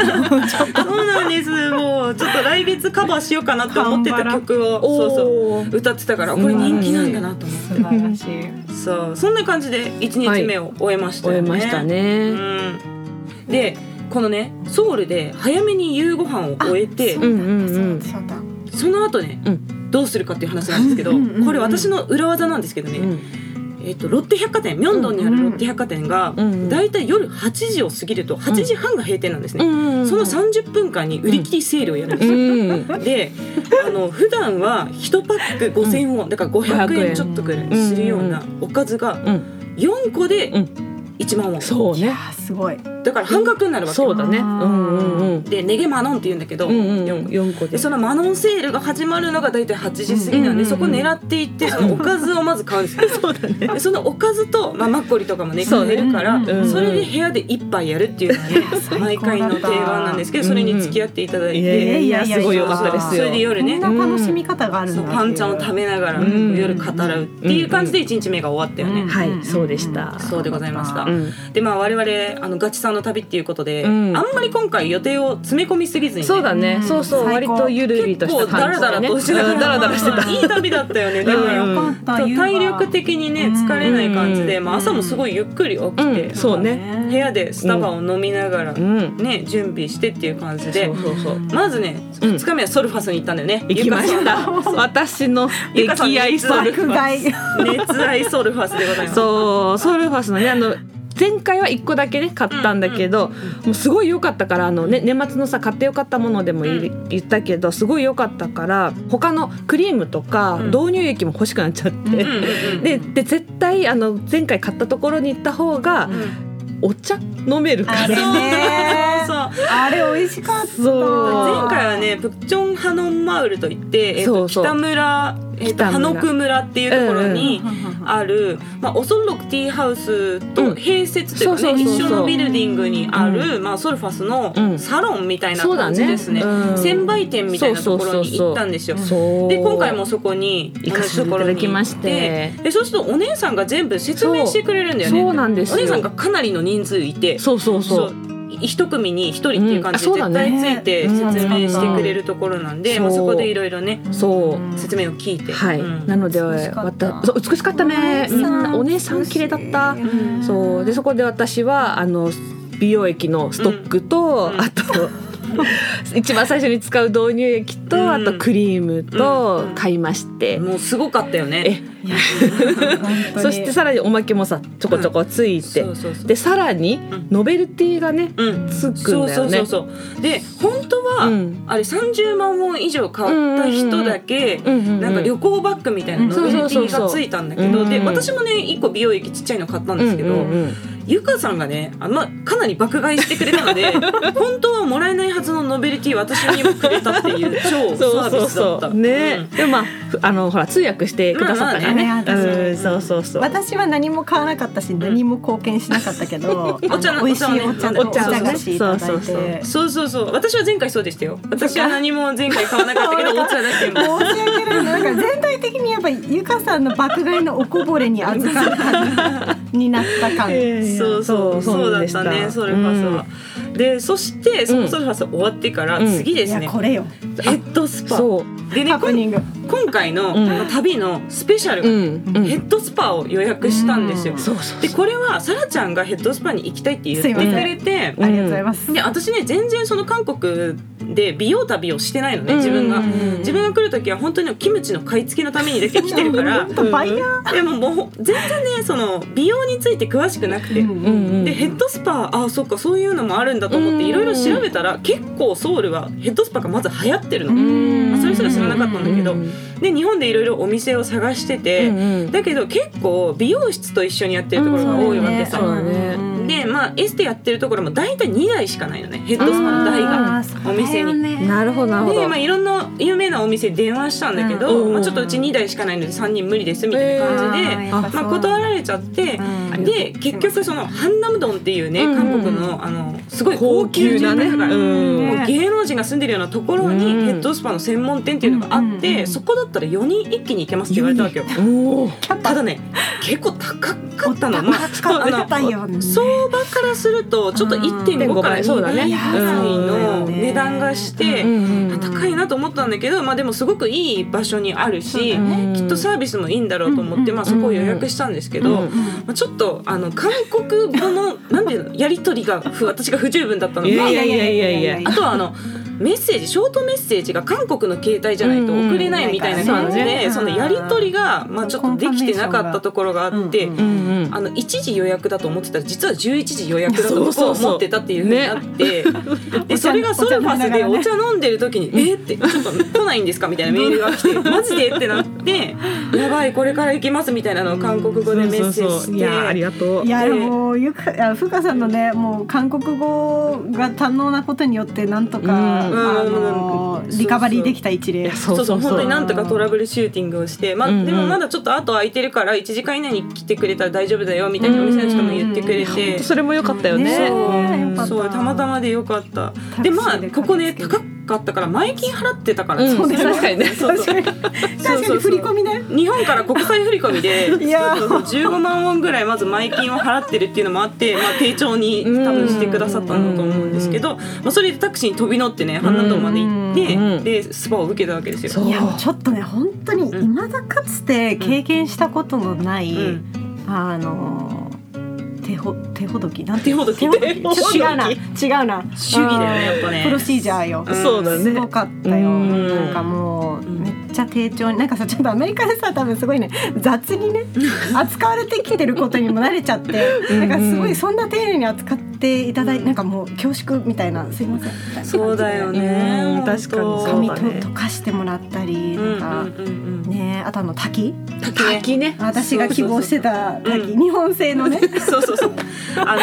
[SPEAKER 2] そうなんですもうちょっと来月カバーしようかなって思ってた曲を
[SPEAKER 4] お
[SPEAKER 2] そうそう
[SPEAKER 4] ー
[SPEAKER 2] 歌ってたからこれ人気なんだなと思って
[SPEAKER 3] 素晴らしい
[SPEAKER 2] そうそんな感じで1日目を終えました
[SPEAKER 4] 終え
[SPEAKER 2] よね。
[SPEAKER 4] ましたね。
[SPEAKER 2] うんでこのねソウルで早めに夕ご飯を終えて
[SPEAKER 4] うんうんうん
[SPEAKER 3] そうだ
[SPEAKER 2] その後ね、
[SPEAKER 4] う
[SPEAKER 2] どうするかっていう話なんですけど、
[SPEAKER 3] うんうんうんうん
[SPEAKER 2] これ私の裏技なんですけどね、
[SPEAKER 4] うん
[SPEAKER 2] えっとロッテ百貨店ミョンドンにあるロッテ百貨店が
[SPEAKER 4] うん
[SPEAKER 2] だいたい夜8時を過ぎると8時半が閉店なんですね、その30分間に売り切りセールをやるんです
[SPEAKER 4] う
[SPEAKER 2] よ、
[SPEAKER 4] ん
[SPEAKER 2] であの普段は1パック5000ウォン、だから500円ちょっとくらいするようなおかずが
[SPEAKER 4] うん
[SPEAKER 2] 4個で
[SPEAKER 4] うん
[SPEAKER 2] 1万ウォン、
[SPEAKER 4] そうね
[SPEAKER 3] あすごい。
[SPEAKER 2] だから半額になるわけ
[SPEAKER 4] そうだね
[SPEAKER 3] あ
[SPEAKER 4] う
[SPEAKER 3] ー
[SPEAKER 4] んうんうん
[SPEAKER 2] でネゲマノンって言うんだけど、
[SPEAKER 4] うん
[SPEAKER 2] で
[SPEAKER 4] うん
[SPEAKER 2] も
[SPEAKER 4] 4個
[SPEAKER 2] で
[SPEAKER 4] で
[SPEAKER 2] そのマノンセールが始まるのが大体8時過ぎなんで、
[SPEAKER 4] うん
[SPEAKER 2] そこ狙っていってそのおかずをまず買うんですよ
[SPEAKER 4] そうだね
[SPEAKER 2] でそのおかずと、まあ、マッコリとかもね
[SPEAKER 4] そ
[SPEAKER 2] 買
[SPEAKER 4] うね
[SPEAKER 2] えるから、
[SPEAKER 3] うん
[SPEAKER 4] うん
[SPEAKER 2] それで部屋で一杯やるっていうの がね毎回の定番なんですけどそれに付き合っていただい
[SPEAKER 4] い
[SPEAKER 2] て、
[SPEAKER 4] や
[SPEAKER 3] え
[SPEAKER 4] いやいやすごい良かったです
[SPEAKER 2] それで
[SPEAKER 4] よ
[SPEAKER 2] 夜ね
[SPEAKER 3] こんな楽しみ方がある
[SPEAKER 2] そ
[SPEAKER 3] の
[SPEAKER 2] うパンちゃんを食べながら
[SPEAKER 4] うん
[SPEAKER 2] 夜語らうっていう感じで1日目が終わったよね、
[SPEAKER 3] うん
[SPEAKER 4] はいそうでした
[SPEAKER 2] そうでございました
[SPEAKER 4] う、ん
[SPEAKER 2] でまあ我々あのガチさんの旅っていうことで、
[SPEAKER 4] うん
[SPEAKER 2] あんまり今回予定を詰め込みすぎずにね、
[SPEAKER 4] そうだね
[SPEAKER 3] うん
[SPEAKER 4] そうそう
[SPEAKER 3] 最
[SPEAKER 4] 割
[SPEAKER 3] 高
[SPEAKER 4] とゆるりと
[SPEAKER 2] 結
[SPEAKER 4] し
[SPEAKER 2] 構
[SPEAKER 4] た
[SPEAKER 2] ダ
[SPEAKER 4] 感
[SPEAKER 2] ラ
[SPEAKER 4] じ
[SPEAKER 2] ダラ
[SPEAKER 4] でね
[SPEAKER 2] としてた
[SPEAKER 4] うんダラダラしてた
[SPEAKER 2] いい旅だったよねでも
[SPEAKER 4] うん
[SPEAKER 2] やっ
[SPEAKER 3] よ
[SPEAKER 2] ぱ
[SPEAKER 3] かった。
[SPEAKER 2] そう
[SPEAKER 3] 夕方
[SPEAKER 2] 体力的にね
[SPEAKER 3] うん
[SPEAKER 2] 疲れない感じで、
[SPEAKER 4] うん
[SPEAKER 2] まあ、朝もすごいゆっくり起きて、
[SPEAKER 4] うんそうね
[SPEAKER 2] 部屋でスタバを飲みながら、
[SPEAKER 4] うん
[SPEAKER 2] ね準備してっていう感じで
[SPEAKER 4] そうそうそう
[SPEAKER 2] まずね
[SPEAKER 4] うん
[SPEAKER 2] 2日目はソルファスに行ったんだよね、
[SPEAKER 4] 行きまし
[SPEAKER 2] ゆか
[SPEAKER 4] た私の
[SPEAKER 2] ゆかさん
[SPEAKER 4] 溺愛ソルフ
[SPEAKER 3] 爆
[SPEAKER 4] ァ
[SPEAKER 3] 買い。
[SPEAKER 2] さん熱愛ソルファスでございま
[SPEAKER 4] ス
[SPEAKER 2] す
[SPEAKER 4] そうソルファスのねあの前回は1個だけね買ったんだけど、もうすごい良かったからあの、ね、年末のさ買って良かったものでもいい言ったけどすごい良かったから他のクリームとか
[SPEAKER 2] うん
[SPEAKER 4] 導入液も欲しくなっちゃって、
[SPEAKER 2] うんうんうん
[SPEAKER 4] でで絶対あの前回買ったところに行った方が
[SPEAKER 2] うん
[SPEAKER 4] お茶飲めるか
[SPEAKER 3] あれ
[SPEAKER 4] ら。
[SPEAKER 3] ね。
[SPEAKER 2] そう
[SPEAKER 3] あれ美味しかった。
[SPEAKER 4] そう
[SPEAKER 2] 前回はねプッチョンハノンマウルといって、えっと
[SPEAKER 4] そうそう
[SPEAKER 2] 北村、えっと
[SPEAKER 4] 北村
[SPEAKER 2] ハノク村っていうところに、
[SPEAKER 3] あ
[SPEAKER 2] ある、まあ、おそろくティーハウス
[SPEAKER 4] う
[SPEAKER 2] と
[SPEAKER 4] ん
[SPEAKER 2] 併設というかね、
[SPEAKER 4] そうそうそう
[SPEAKER 2] 一
[SPEAKER 4] そう
[SPEAKER 2] 緒のビルディングにある、まあ、ソルファス
[SPEAKER 4] うん
[SPEAKER 2] のサロンみたいな
[SPEAKER 4] そうだ
[SPEAKER 2] 感じ
[SPEAKER 4] ね
[SPEAKER 2] ですね。
[SPEAKER 4] うん
[SPEAKER 2] 専売店みたいなところに行ったんですよ。
[SPEAKER 4] そう
[SPEAKER 2] で今回もそこに
[SPEAKER 4] 行かせていただきまして
[SPEAKER 2] でそうするとお姉さんが全部説明してくれるんだよね
[SPEAKER 4] そうなんですよ
[SPEAKER 2] お姉さんがかなりの人数いて
[SPEAKER 4] そうそうそう
[SPEAKER 2] 一組に一人っていう感じで
[SPEAKER 4] うんあそう
[SPEAKER 2] 絶
[SPEAKER 4] だ
[SPEAKER 2] 対
[SPEAKER 3] ね
[SPEAKER 2] ついて説明してくれるところなんで、
[SPEAKER 4] うん
[SPEAKER 2] まあ、そこでいろいろね
[SPEAKER 4] そう
[SPEAKER 2] 説明を聞いて、
[SPEAKER 4] はい、
[SPEAKER 2] うん
[SPEAKER 4] なので
[SPEAKER 3] 美味しか
[SPEAKER 4] わ
[SPEAKER 3] った
[SPEAKER 4] たそう美しかったねみんなお姉さん綺麗だったそうでそこで私はあの美容液のストックと、
[SPEAKER 2] うんうん
[SPEAKER 4] あと 一番最初に使う導入液と、
[SPEAKER 2] うん
[SPEAKER 4] あとクリームと
[SPEAKER 2] うん
[SPEAKER 4] 買いまして、
[SPEAKER 2] もうすごかったよね。
[SPEAKER 4] えそしてさらにおまけもさちょこちょこついて、
[SPEAKER 2] そうそうそう
[SPEAKER 4] でさらに
[SPEAKER 2] ん
[SPEAKER 4] ノベルティがね
[SPEAKER 2] うん、
[SPEAKER 4] つく
[SPEAKER 2] そ
[SPEAKER 4] ん
[SPEAKER 2] う
[SPEAKER 4] だ
[SPEAKER 2] そ
[SPEAKER 4] よ
[SPEAKER 2] う
[SPEAKER 4] ね
[SPEAKER 2] そう。そうで本当は、
[SPEAKER 4] うん
[SPEAKER 2] あれ30万ウォン以上買った人だけ、
[SPEAKER 4] うんうんうん
[SPEAKER 2] なんか旅行バッグみたいなノベルティがついたんだけど、
[SPEAKER 4] うんそうそうそう
[SPEAKER 2] で
[SPEAKER 4] うん
[SPEAKER 2] 私もね1個美容液ちっちゃいの買ったんですけど、
[SPEAKER 4] うんうんうん
[SPEAKER 2] ゆかさんがねあ、ま、かなり爆買いしてくれたので本当はもらえないはずのノベルティ私にもくれたっていう超サ
[SPEAKER 4] そう
[SPEAKER 2] ー
[SPEAKER 4] そ
[SPEAKER 2] ビ
[SPEAKER 4] う
[SPEAKER 2] スだ
[SPEAKER 4] そ
[SPEAKER 2] っ
[SPEAKER 4] う
[SPEAKER 2] た。
[SPEAKER 4] ね、
[SPEAKER 2] うん
[SPEAKER 4] でもまあふあのほら通訳してくださったからね,、
[SPEAKER 3] まあまあね
[SPEAKER 4] うんそうそうそう
[SPEAKER 3] 私は何も買わなかったし何も貢献しなかったけど、
[SPEAKER 2] お茶の
[SPEAKER 3] あの美味しいお茶と
[SPEAKER 2] お
[SPEAKER 3] お
[SPEAKER 2] 茶
[SPEAKER 3] 茶
[SPEAKER 2] をね
[SPEAKER 3] 菓子いただ
[SPEAKER 4] そう
[SPEAKER 3] い
[SPEAKER 4] そうそう
[SPEAKER 3] て。
[SPEAKER 2] そうそうそう私は前回そうでしたよ私は何も前回買わなかったけどお茶だけ
[SPEAKER 3] 申し訳ないなんか全体的にやっぱゆかさんの爆買いのおこぼれに預かったになった感。
[SPEAKER 2] そうそうそうだ
[SPEAKER 4] で
[SPEAKER 2] っ
[SPEAKER 4] した
[SPEAKER 2] ねソルファスは。でそしてそのソルファス終わってから
[SPEAKER 4] うん
[SPEAKER 2] 次で
[SPEAKER 3] い
[SPEAKER 2] す
[SPEAKER 3] や
[SPEAKER 2] ね
[SPEAKER 3] これよ
[SPEAKER 2] ヘッドス
[SPEAKER 4] うん
[SPEAKER 2] パ
[SPEAKER 4] そう
[SPEAKER 2] でね
[SPEAKER 3] ハプ
[SPEAKER 2] こん
[SPEAKER 3] ニング。
[SPEAKER 2] 今回の
[SPEAKER 4] うん
[SPEAKER 2] 旅のスペシャル
[SPEAKER 4] う
[SPEAKER 2] が
[SPEAKER 4] んうん
[SPEAKER 2] ヘッドスパを予約したんですよ
[SPEAKER 3] うん
[SPEAKER 4] そうそう
[SPEAKER 2] でこれはサラちゃんがヘッドスパに行きたいって言って
[SPEAKER 3] すいま
[SPEAKER 2] く
[SPEAKER 3] せん
[SPEAKER 2] れて
[SPEAKER 4] ん
[SPEAKER 3] ありがとうございます。
[SPEAKER 2] で私ね全然その韓国で美容旅をしてないのね自分が
[SPEAKER 4] うんうんうん
[SPEAKER 2] 自分が来る時は本当にキムチの買い付けのためにだけ来てるから
[SPEAKER 3] 本当バイヤー。
[SPEAKER 2] でももう全然ねその美容について詳しくなくて
[SPEAKER 4] うん
[SPEAKER 2] でヘッドスパあそっかそういうのもあるんだと思って
[SPEAKER 4] うん
[SPEAKER 2] いろいろ調べたら結構ソウルはヘッドスパがまず流行ってるの、
[SPEAKER 4] ん
[SPEAKER 2] あそれすら知らなかったんだけど、
[SPEAKER 4] うん
[SPEAKER 2] で日本でいろいろお店を探してて、
[SPEAKER 4] うん
[SPEAKER 2] だけど結構美容室と一緒にやってるところが多いわけさ、
[SPEAKER 4] うんそうだね
[SPEAKER 2] でまあエステやってるところも大体2台しかないのねヘッドスパの台が
[SPEAKER 3] あー
[SPEAKER 2] お店に。
[SPEAKER 4] なるほどなるほ
[SPEAKER 2] で
[SPEAKER 4] ど
[SPEAKER 2] まあ、いろんな有名なお店に電話したんだけど、
[SPEAKER 4] うん
[SPEAKER 2] まあ、ちょっとうち2台しかないので3人無理ですみたいな感じで、
[SPEAKER 3] えーや
[SPEAKER 4] あ
[SPEAKER 3] っぱそう
[SPEAKER 2] まあ、断られちゃって、
[SPEAKER 3] うん
[SPEAKER 2] で結局そのハンナムドンっていうね、
[SPEAKER 4] うん
[SPEAKER 2] 韓国のあのすごい高級なね、
[SPEAKER 4] う
[SPEAKER 2] も
[SPEAKER 4] ん
[SPEAKER 2] う芸能人が住んでるようなところに
[SPEAKER 4] うん
[SPEAKER 2] ヘッドスパの専門店っていうのがあって、
[SPEAKER 3] うんうん
[SPEAKER 2] そこだったら4人一気に行けますって言われたわけよ。
[SPEAKER 4] おお
[SPEAKER 2] ただね結構高かったの。まあ
[SPEAKER 3] 高かったよね
[SPEAKER 2] 相場からするとちょっと
[SPEAKER 3] うん
[SPEAKER 2] 1.5から
[SPEAKER 4] そ
[SPEAKER 2] 2
[SPEAKER 4] うだ
[SPEAKER 2] 倍
[SPEAKER 4] ね
[SPEAKER 2] ぐらいの
[SPEAKER 3] うん
[SPEAKER 2] 値段がして、
[SPEAKER 4] うん
[SPEAKER 2] あ高いなと思ったんだけど、まあ、でもすごくいい場所にあるし、
[SPEAKER 3] そうだね
[SPEAKER 2] きっとサービスもいいんだろうと思って、
[SPEAKER 3] うん
[SPEAKER 2] まあ、そこを予約したんですけど、
[SPEAKER 4] う
[SPEAKER 2] ま
[SPEAKER 4] ん
[SPEAKER 2] あ、ちょっとあの韓国語のなんていうのやり取りがふ私が不十分だったの
[SPEAKER 4] いや
[SPEAKER 2] で
[SPEAKER 4] いやいやいやいや
[SPEAKER 2] あとはあのメッセージショートメッセージが韓国の携帯じゃないと送れないみたいな感じ
[SPEAKER 4] うんうん
[SPEAKER 2] で、
[SPEAKER 3] うん
[SPEAKER 2] そのやり取りが、まあ、ちょっとできてなかったところがあって、
[SPEAKER 3] うんうん
[SPEAKER 4] うんうん
[SPEAKER 2] あの1時予約だと思ってたら実は11時予約だと
[SPEAKER 4] そう
[SPEAKER 2] 僕は
[SPEAKER 4] そうそう
[SPEAKER 2] 思ってたっていうふうになって、 でそれがソルファスでお茶飲んでる時に「えっ?」て「ちょっと来ないんですか?」みたいなメールが来て「マジで?」ってな って「やばいこれから行きます」みたいなのを韓国語でメッセージ
[SPEAKER 4] そうそう
[SPEAKER 2] し
[SPEAKER 4] そ
[SPEAKER 2] て。
[SPEAKER 4] ういやありがとう
[SPEAKER 3] いや
[SPEAKER 2] で
[SPEAKER 3] もうゆかあふうかさんのねもう韓国語が堪能なことによってなんとか、
[SPEAKER 2] うん
[SPEAKER 3] あ
[SPEAKER 2] う
[SPEAKER 3] の
[SPEAKER 2] ん
[SPEAKER 3] リカバリーできた一例
[SPEAKER 4] いやそう
[SPEAKER 2] そう
[SPEAKER 4] そ
[SPEAKER 2] そう
[SPEAKER 4] う
[SPEAKER 2] 本
[SPEAKER 4] そ
[SPEAKER 2] 当に
[SPEAKER 4] う
[SPEAKER 2] なんとかトラブルシューティングをして、まあ
[SPEAKER 4] うんうん
[SPEAKER 2] でもまだちょっと後空いてるから1時間以内に来てくれたら大丈夫だよみたいなお店の人も言ってくれて、
[SPEAKER 4] それも良かったよね
[SPEAKER 3] ね
[SPEAKER 4] うん
[SPEAKER 3] よかった
[SPEAKER 2] そうたまたまでよかった
[SPEAKER 3] タクシー
[SPEAKER 2] で
[SPEAKER 3] で
[SPEAKER 2] まあ
[SPEAKER 3] 帰ってきて
[SPEAKER 2] ここね高かったから前金払ってたから、
[SPEAKER 4] うん
[SPEAKER 2] そう
[SPEAKER 4] そう確かにね
[SPEAKER 2] そうそう
[SPEAKER 3] 確かに確かに振り込みね
[SPEAKER 2] 日本から国際振り込みで
[SPEAKER 3] いやー
[SPEAKER 2] そうそうそう15万ウォンぐらいまず前金を払ってるっていうのもあって、まあ、丁重に多分してくださったんだと思うんですけど、まあ、それでタクシーに飛び乗ってねハンナ島まで行って、
[SPEAKER 4] うん
[SPEAKER 2] でスパを受けたわけですよ。
[SPEAKER 4] そう
[SPEAKER 3] いやちょっとね本当に
[SPEAKER 2] うん
[SPEAKER 3] いまだかつて経験したことのない、
[SPEAKER 2] うん
[SPEAKER 3] あの手ほ手ほどきなんて
[SPEAKER 2] 手ほどき
[SPEAKER 3] 手ほどき
[SPEAKER 2] 手ほどき
[SPEAKER 3] 違うな違うな
[SPEAKER 2] 主義だよねやっぱね
[SPEAKER 3] あープロシージャーよ、
[SPEAKER 2] うん
[SPEAKER 4] そうだ
[SPEAKER 3] す
[SPEAKER 4] ね
[SPEAKER 3] ごかったよ、
[SPEAKER 4] うん
[SPEAKER 3] なんかもう
[SPEAKER 2] うん
[SPEAKER 3] めっちゃ丁重になんかさちょっとアメリカでさ多分す ごいね雑にね扱われてきてることにも慣れちゃって
[SPEAKER 4] うん
[SPEAKER 3] なんかすごいそんな丁寧に扱っていただいてなんかもう恐縮みたいなすいませんみたいな
[SPEAKER 2] そうだよね、
[SPEAKER 4] うん
[SPEAKER 2] 本当
[SPEAKER 4] 確かにそう
[SPEAKER 3] 髪
[SPEAKER 4] だ
[SPEAKER 3] と
[SPEAKER 4] ね
[SPEAKER 3] 溶かしてもらったり
[SPEAKER 2] うんうん
[SPEAKER 3] なんか、
[SPEAKER 2] うんうん
[SPEAKER 3] ねあとあの滝
[SPEAKER 2] 滝ね
[SPEAKER 4] 滝ね
[SPEAKER 3] 私が希望してた
[SPEAKER 2] そうそう
[SPEAKER 3] 滝
[SPEAKER 2] う
[SPEAKER 3] 日本製 のね
[SPEAKER 2] そうそうそう。あの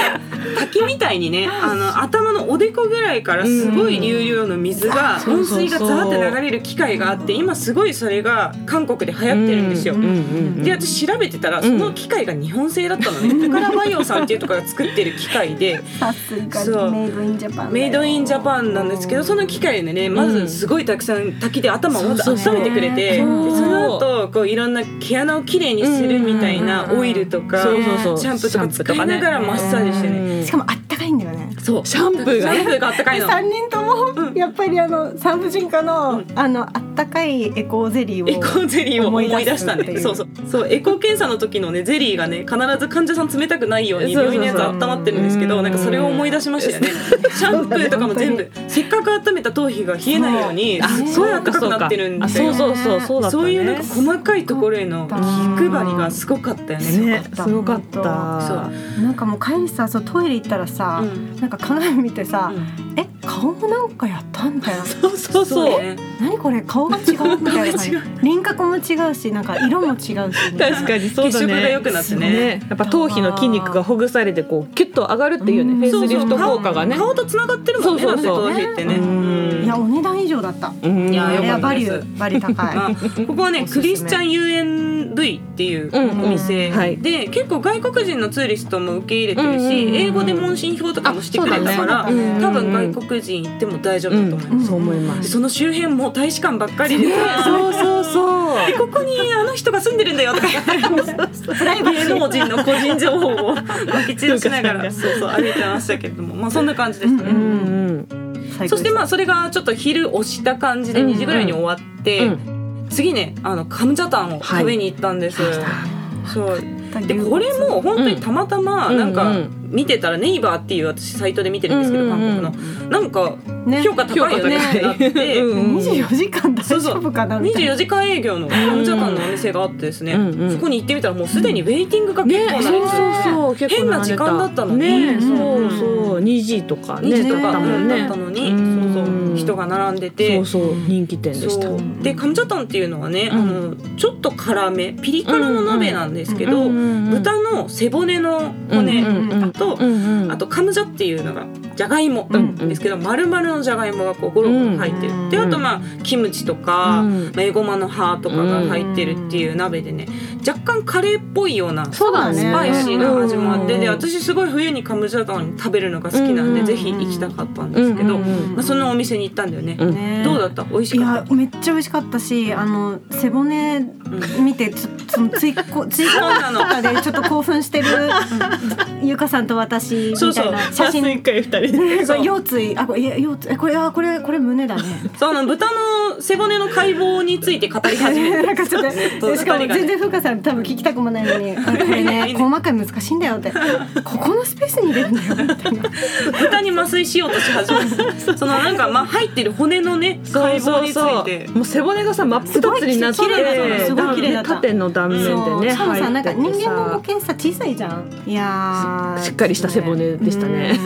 [SPEAKER 2] 滝みたいに ね、あの頭のおでこぐらいからすごい流量の水が、
[SPEAKER 4] うん
[SPEAKER 2] 温水がザーって流れる機会があって、今すごいそれが韓国で流行ってるんですよ。
[SPEAKER 4] ううん
[SPEAKER 2] で私調べてたらその機械が日本製だったのね、宝バイオさんっていうところが作ってる機械で
[SPEAKER 3] さす
[SPEAKER 2] そ
[SPEAKER 3] が
[SPEAKER 2] う
[SPEAKER 3] メイドインジャパンだよ
[SPEAKER 2] メイドインジャパンなんですけどその機械でねまずすごいたくさん滝で頭をまず
[SPEAKER 4] そうそう
[SPEAKER 2] 温めてくれてでそ
[SPEAKER 4] そう
[SPEAKER 2] の後こういろんな毛穴をきれいにするみたいなオイルとか
[SPEAKER 4] そうそうそう
[SPEAKER 2] シャンプーとか使いながらマッサージしてね
[SPEAKER 4] うん
[SPEAKER 3] しかもあったかいんだよね
[SPEAKER 2] そう
[SPEAKER 4] シャンプーがね
[SPEAKER 2] シャンプーがあったかいの
[SPEAKER 3] 三人ともやっぱりあの産婦人科のあのあったかいエコーゼリーを
[SPEAKER 2] エコゼリーを思い出した
[SPEAKER 3] 思い
[SPEAKER 2] ね
[SPEAKER 3] 出す
[SPEAKER 2] そ
[SPEAKER 3] っ
[SPEAKER 2] う
[SPEAKER 3] てい
[SPEAKER 2] そうそうエコ検査の時のねゼリーがね必ず患者さん冷たくないように
[SPEAKER 4] そうそう
[SPEAKER 2] 病
[SPEAKER 4] そう
[SPEAKER 2] 院のやつ温まってるんですけ
[SPEAKER 4] う
[SPEAKER 2] ど
[SPEAKER 4] ん
[SPEAKER 2] なんかそれを思い出しましたよねシャンプーとかも全部せっかく温めた頭皮が冷えないように
[SPEAKER 4] あ
[SPEAKER 2] すごい
[SPEAKER 4] そう
[SPEAKER 2] 暖
[SPEAKER 4] か
[SPEAKER 2] かく
[SPEAKER 4] そう
[SPEAKER 2] な
[SPEAKER 4] か
[SPEAKER 2] ってるん
[SPEAKER 4] あ
[SPEAKER 2] です
[SPEAKER 4] そう
[SPEAKER 2] よ
[SPEAKER 4] そうそうそうだったね
[SPEAKER 2] そういうなんか細かいところへの気配りがすごかったよね
[SPEAKER 4] ねすごかった
[SPEAKER 2] そう
[SPEAKER 3] なんかもう帰りさそうトイレ行ったらさ、
[SPEAKER 2] うん
[SPEAKER 3] なんか鏡見てさ、
[SPEAKER 2] うん
[SPEAKER 3] え顔もなんかやったみたいな
[SPEAKER 4] そうそ
[SPEAKER 2] そ
[SPEAKER 4] うそう
[SPEAKER 2] うね
[SPEAKER 3] 何これ顔が違うみたいな感じ
[SPEAKER 2] 顔
[SPEAKER 3] 輪郭も違うしなんか色も 違うしみたいな
[SPEAKER 4] 確かにそうだ
[SPEAKER 2] 血
[SPEAKER 4] ね
[SPEAKER 2] 色が良くなってね
[SPEAKER 4] やっぱ頭皮の筋肉がほぐされてこうキュッと上がるっていうね
[SPEAKER 3] うん
[SPEAKER 4] フェイスリフト効果がね
[SPEAKER 2] 顔とつながってるもんね
[SPEAKER 4] そ
[SPEAKER 2] だ
[SPEAKER 4] う
[SPEAKER 2] っ
[SPEAKER 4] そう
[SPEAKER 2] て
[SPEAKER 4] そう
[SPEAKER 2] 頭皮って
[SPEAKER 4] う
[SPEAKER 2] ね
[SPEAKER 4] ん
[SPEAKER 3] いやお値段以上だった
[SPEAKER 4] うん
[SPEAKER 2] いや
[SPEAKER 3] あ
[SPEAKER 2] よ
[SPEAKER 3] れ
[SPEAKER 2] か
[SPEAKER 3] は
[SPEAKER 2] った
[SPEAKER 3] バ
[SPEAKER 2] で
[SPEAKER 3] リ
[SPEAKER 2] す
[SPEAKER 3] ューバリュー高い
[SPEAKER 2] まあここはね
[SPEAKER 3] おすす
[SPEAKER 2] ク
[SPEAKER 3] め
[SPEAKER 2] リスチャン UNV っていうお店、
[SPEAKER 4] うんうんはい
[SPEAKER 2] で結構外国人のツーリストも受け入れてるし、
[SPEAKER 4] うんうんうん
[SPEAKER 2] 英語で問診票とかもしてくれた
[SPEAKER 4] あそ
[SPEAKER 2] か
[SPEAKER 4] う
[SPEAKER 3] だ
[SPEAKER 2] ら、
[SPEAKER 3] ねうん
[SPEAKER 2] 多分外国人行っても大丈夫だと思います、
[SPEAKER 4] うんそう思いま
[SPEAKER 2] ですその周辺も大使館ばっかりで
[SPEAKER 4] そうそうそう
[SPEAKER 2] でここにあの人が住んでるんだよとか言って
[SPEAKER 3] プライバシ
[SPEAKER 2] 芸
[SPEAKER 3] ー
[SPEAKER 2] 能人の個人情報をまき散らしながらそうそう歩いてましたけれどもまあそんな感じでしたね、
[SPEAKER 3] うん
[SPEAKER 4] うん
[SPEAKER 3] 最
[SPEAKER 2] そ
[SPEAKER 3] 高
[SPEAKER 2] して
[SPEAKER 3] です
[SPEAKER 2] まあそれがちょっと昼押した感じで
[SPEAKER 4] うんうん
[SPEAKER 2] 2時ぐらいに終わって、
[SPEAKER 4] うん
[SPEAKER 2] 次ねあのカムジャタンを食べに行ったんです、そうでこれも本当にたまたま
[SPEAKER 4] うん
[SPEAKER 2] なんか
[SPEAKER 4] うんう
[SPEAKER 2] 見てたらネイバーっていう私サイトで見てるんですけど
[SPEAKER 4] うんう
[SPEAKER 2] 韓
[SPEAKER 4] んう
[SPEAKER 2] 国
[SPEAKER 4] ん
[SPEAKER 2] のなんか
[SPEAKER 3] ね
[SPEAKER 2] 評価高いよねってなって
[SPEAKER 4] うん
[SPEAKER 3] 二十四時間大丈夫かなみたいな
[SPEAKER 2] 24時間営業のカムジャタンのお店があってですね
[SPEAKER 4] うんうん
[SPEAKER 2] そこに行ってみたらもうすでにウェイティングが結
[SPEAKER 4] ね
[SPEAKER 2] 構なんです
[SPEAKER 4] そう
[SPEAKER 2] よ
[SPEAKER 4] そうそう結
[SPEAKER 2] 変
[SPEAKER 4] 構
[SPEAKER 2] な時間だったのに
[SPEAKER 4] ねそう
[SPEAKER 3] うん
[SPEAKER 4] そう2時とか
[SPEAKER 2] 2
[SPEAKER 4] ね
[SPEAKER 2] 時と
[SPEAKER 4] だっ
[SPEAKER 2] か
[SPEAKER 4] た
[SPEAKER 2] だっ
[SPEAKER 4] もんね
[SPEAKER 2] たのに
[SPEAKER 4] うん
[SPEAKER 2] そうそう人が並んでて
[SPEAKER 4] そうそう人気店でした
[SPEAKER 2] そうでカムジャタンっていうのはね、
[SPEAKER 4] うん
[SPEAKER 2] あのちょっと辛めピリ辛の鍋なんですけど、
[SPEAKER 4] 豚
[SPEAKER 2] 豚の背骨の骨
[SPEAKER 4] うんうんうん
[SPEAKER 2] と、あとカムジャっていうのがじゃがいも
[SPEAKER 4] う
[SPEAKER 2] なんんですけど、丸々のじゃがいもがこうゴロゴロ入ってる、
[SPEAKER 3] うん
[SPEAKER 2] であとまあキムチとか、
[SPEAKER 4] うん
[SPEAKER 2] まあエゴマの葉とかが入ってるっていう鍋でね若干カレーっぽいような
[SPEAKER 4] そうだね
[SPEAKER 2] スパイシーな味もあって、
[SPEAKER 4] うん
[SPEAKER 2] で私すごい冬にカムジャタン食べるのが好きなんで、
[SPEAKER 4] うん
[SPEAKER 2] ぜひ行きたかったんですけど、
[SPEAKER 4] うん
[SPEAKER 2] まあ、そのお店に行ったんだよね、
[SPEAKER 4] うん
[SPEAKER 3] ね
[SPEAKER 2] どうだった美味し
[SPEAKER 3] い
[SPEAKER 2] かった
[SPEAKER 3] やめっちゃ美味しかったしあの背骨見てちょっとその 追加追
[SPEAKER 2] そう
[SPEAKER 3] 加
[SPEAKER 2] なの
[SPEAKER 3] とかでちょっと興奮してるゆかさんと私みたいな写真
[SPEAKER 4] 回二人人で。
[SPEAKER 3] こ
[SPEAKER 2] そう
[SPEAKER 3] れ腰椎あこれいや腰椎えこれあこれこれ胸 だね
[SPEAKER 2] そうなの豚の背骨の解剖について語り始めて
[SPEAKER 3] なんかちょっと
[SPEAKER 2] そう
[SPEAKER 3] しかも全然風花さん多分聞きたくもない のにあこれね細かい難しいんだよってここのスペースに入れるんだよみたいな
[SPEAKER 2] 豚に麻酔しようとし始め てそのなんか、まあ、入ってる骨のね解剖について
[SPEAKER 4] もう背骨がさ真っ二つになって
[SPEAKER 3] すごい綺麗すごい綺麗だった
[SPEAKER 4] 縦の断面で
[SPEAKER 3] そう
[SPEAKER 4] ね
[SPEAKER 3] しかもさ
[SPEAKER 4] 入
[SPEAKER 3] なん
[SPEAKER 4] っ
[SPEAKER 3] か
[SPEAKER 4] てて
[SPEAKER 3] 人間の模
[SPEAKER 4] さ
[SPEAKER 3] 型さ小さいじゃんいやー
[SPEAKER 4] ししっかりした背骨でしたね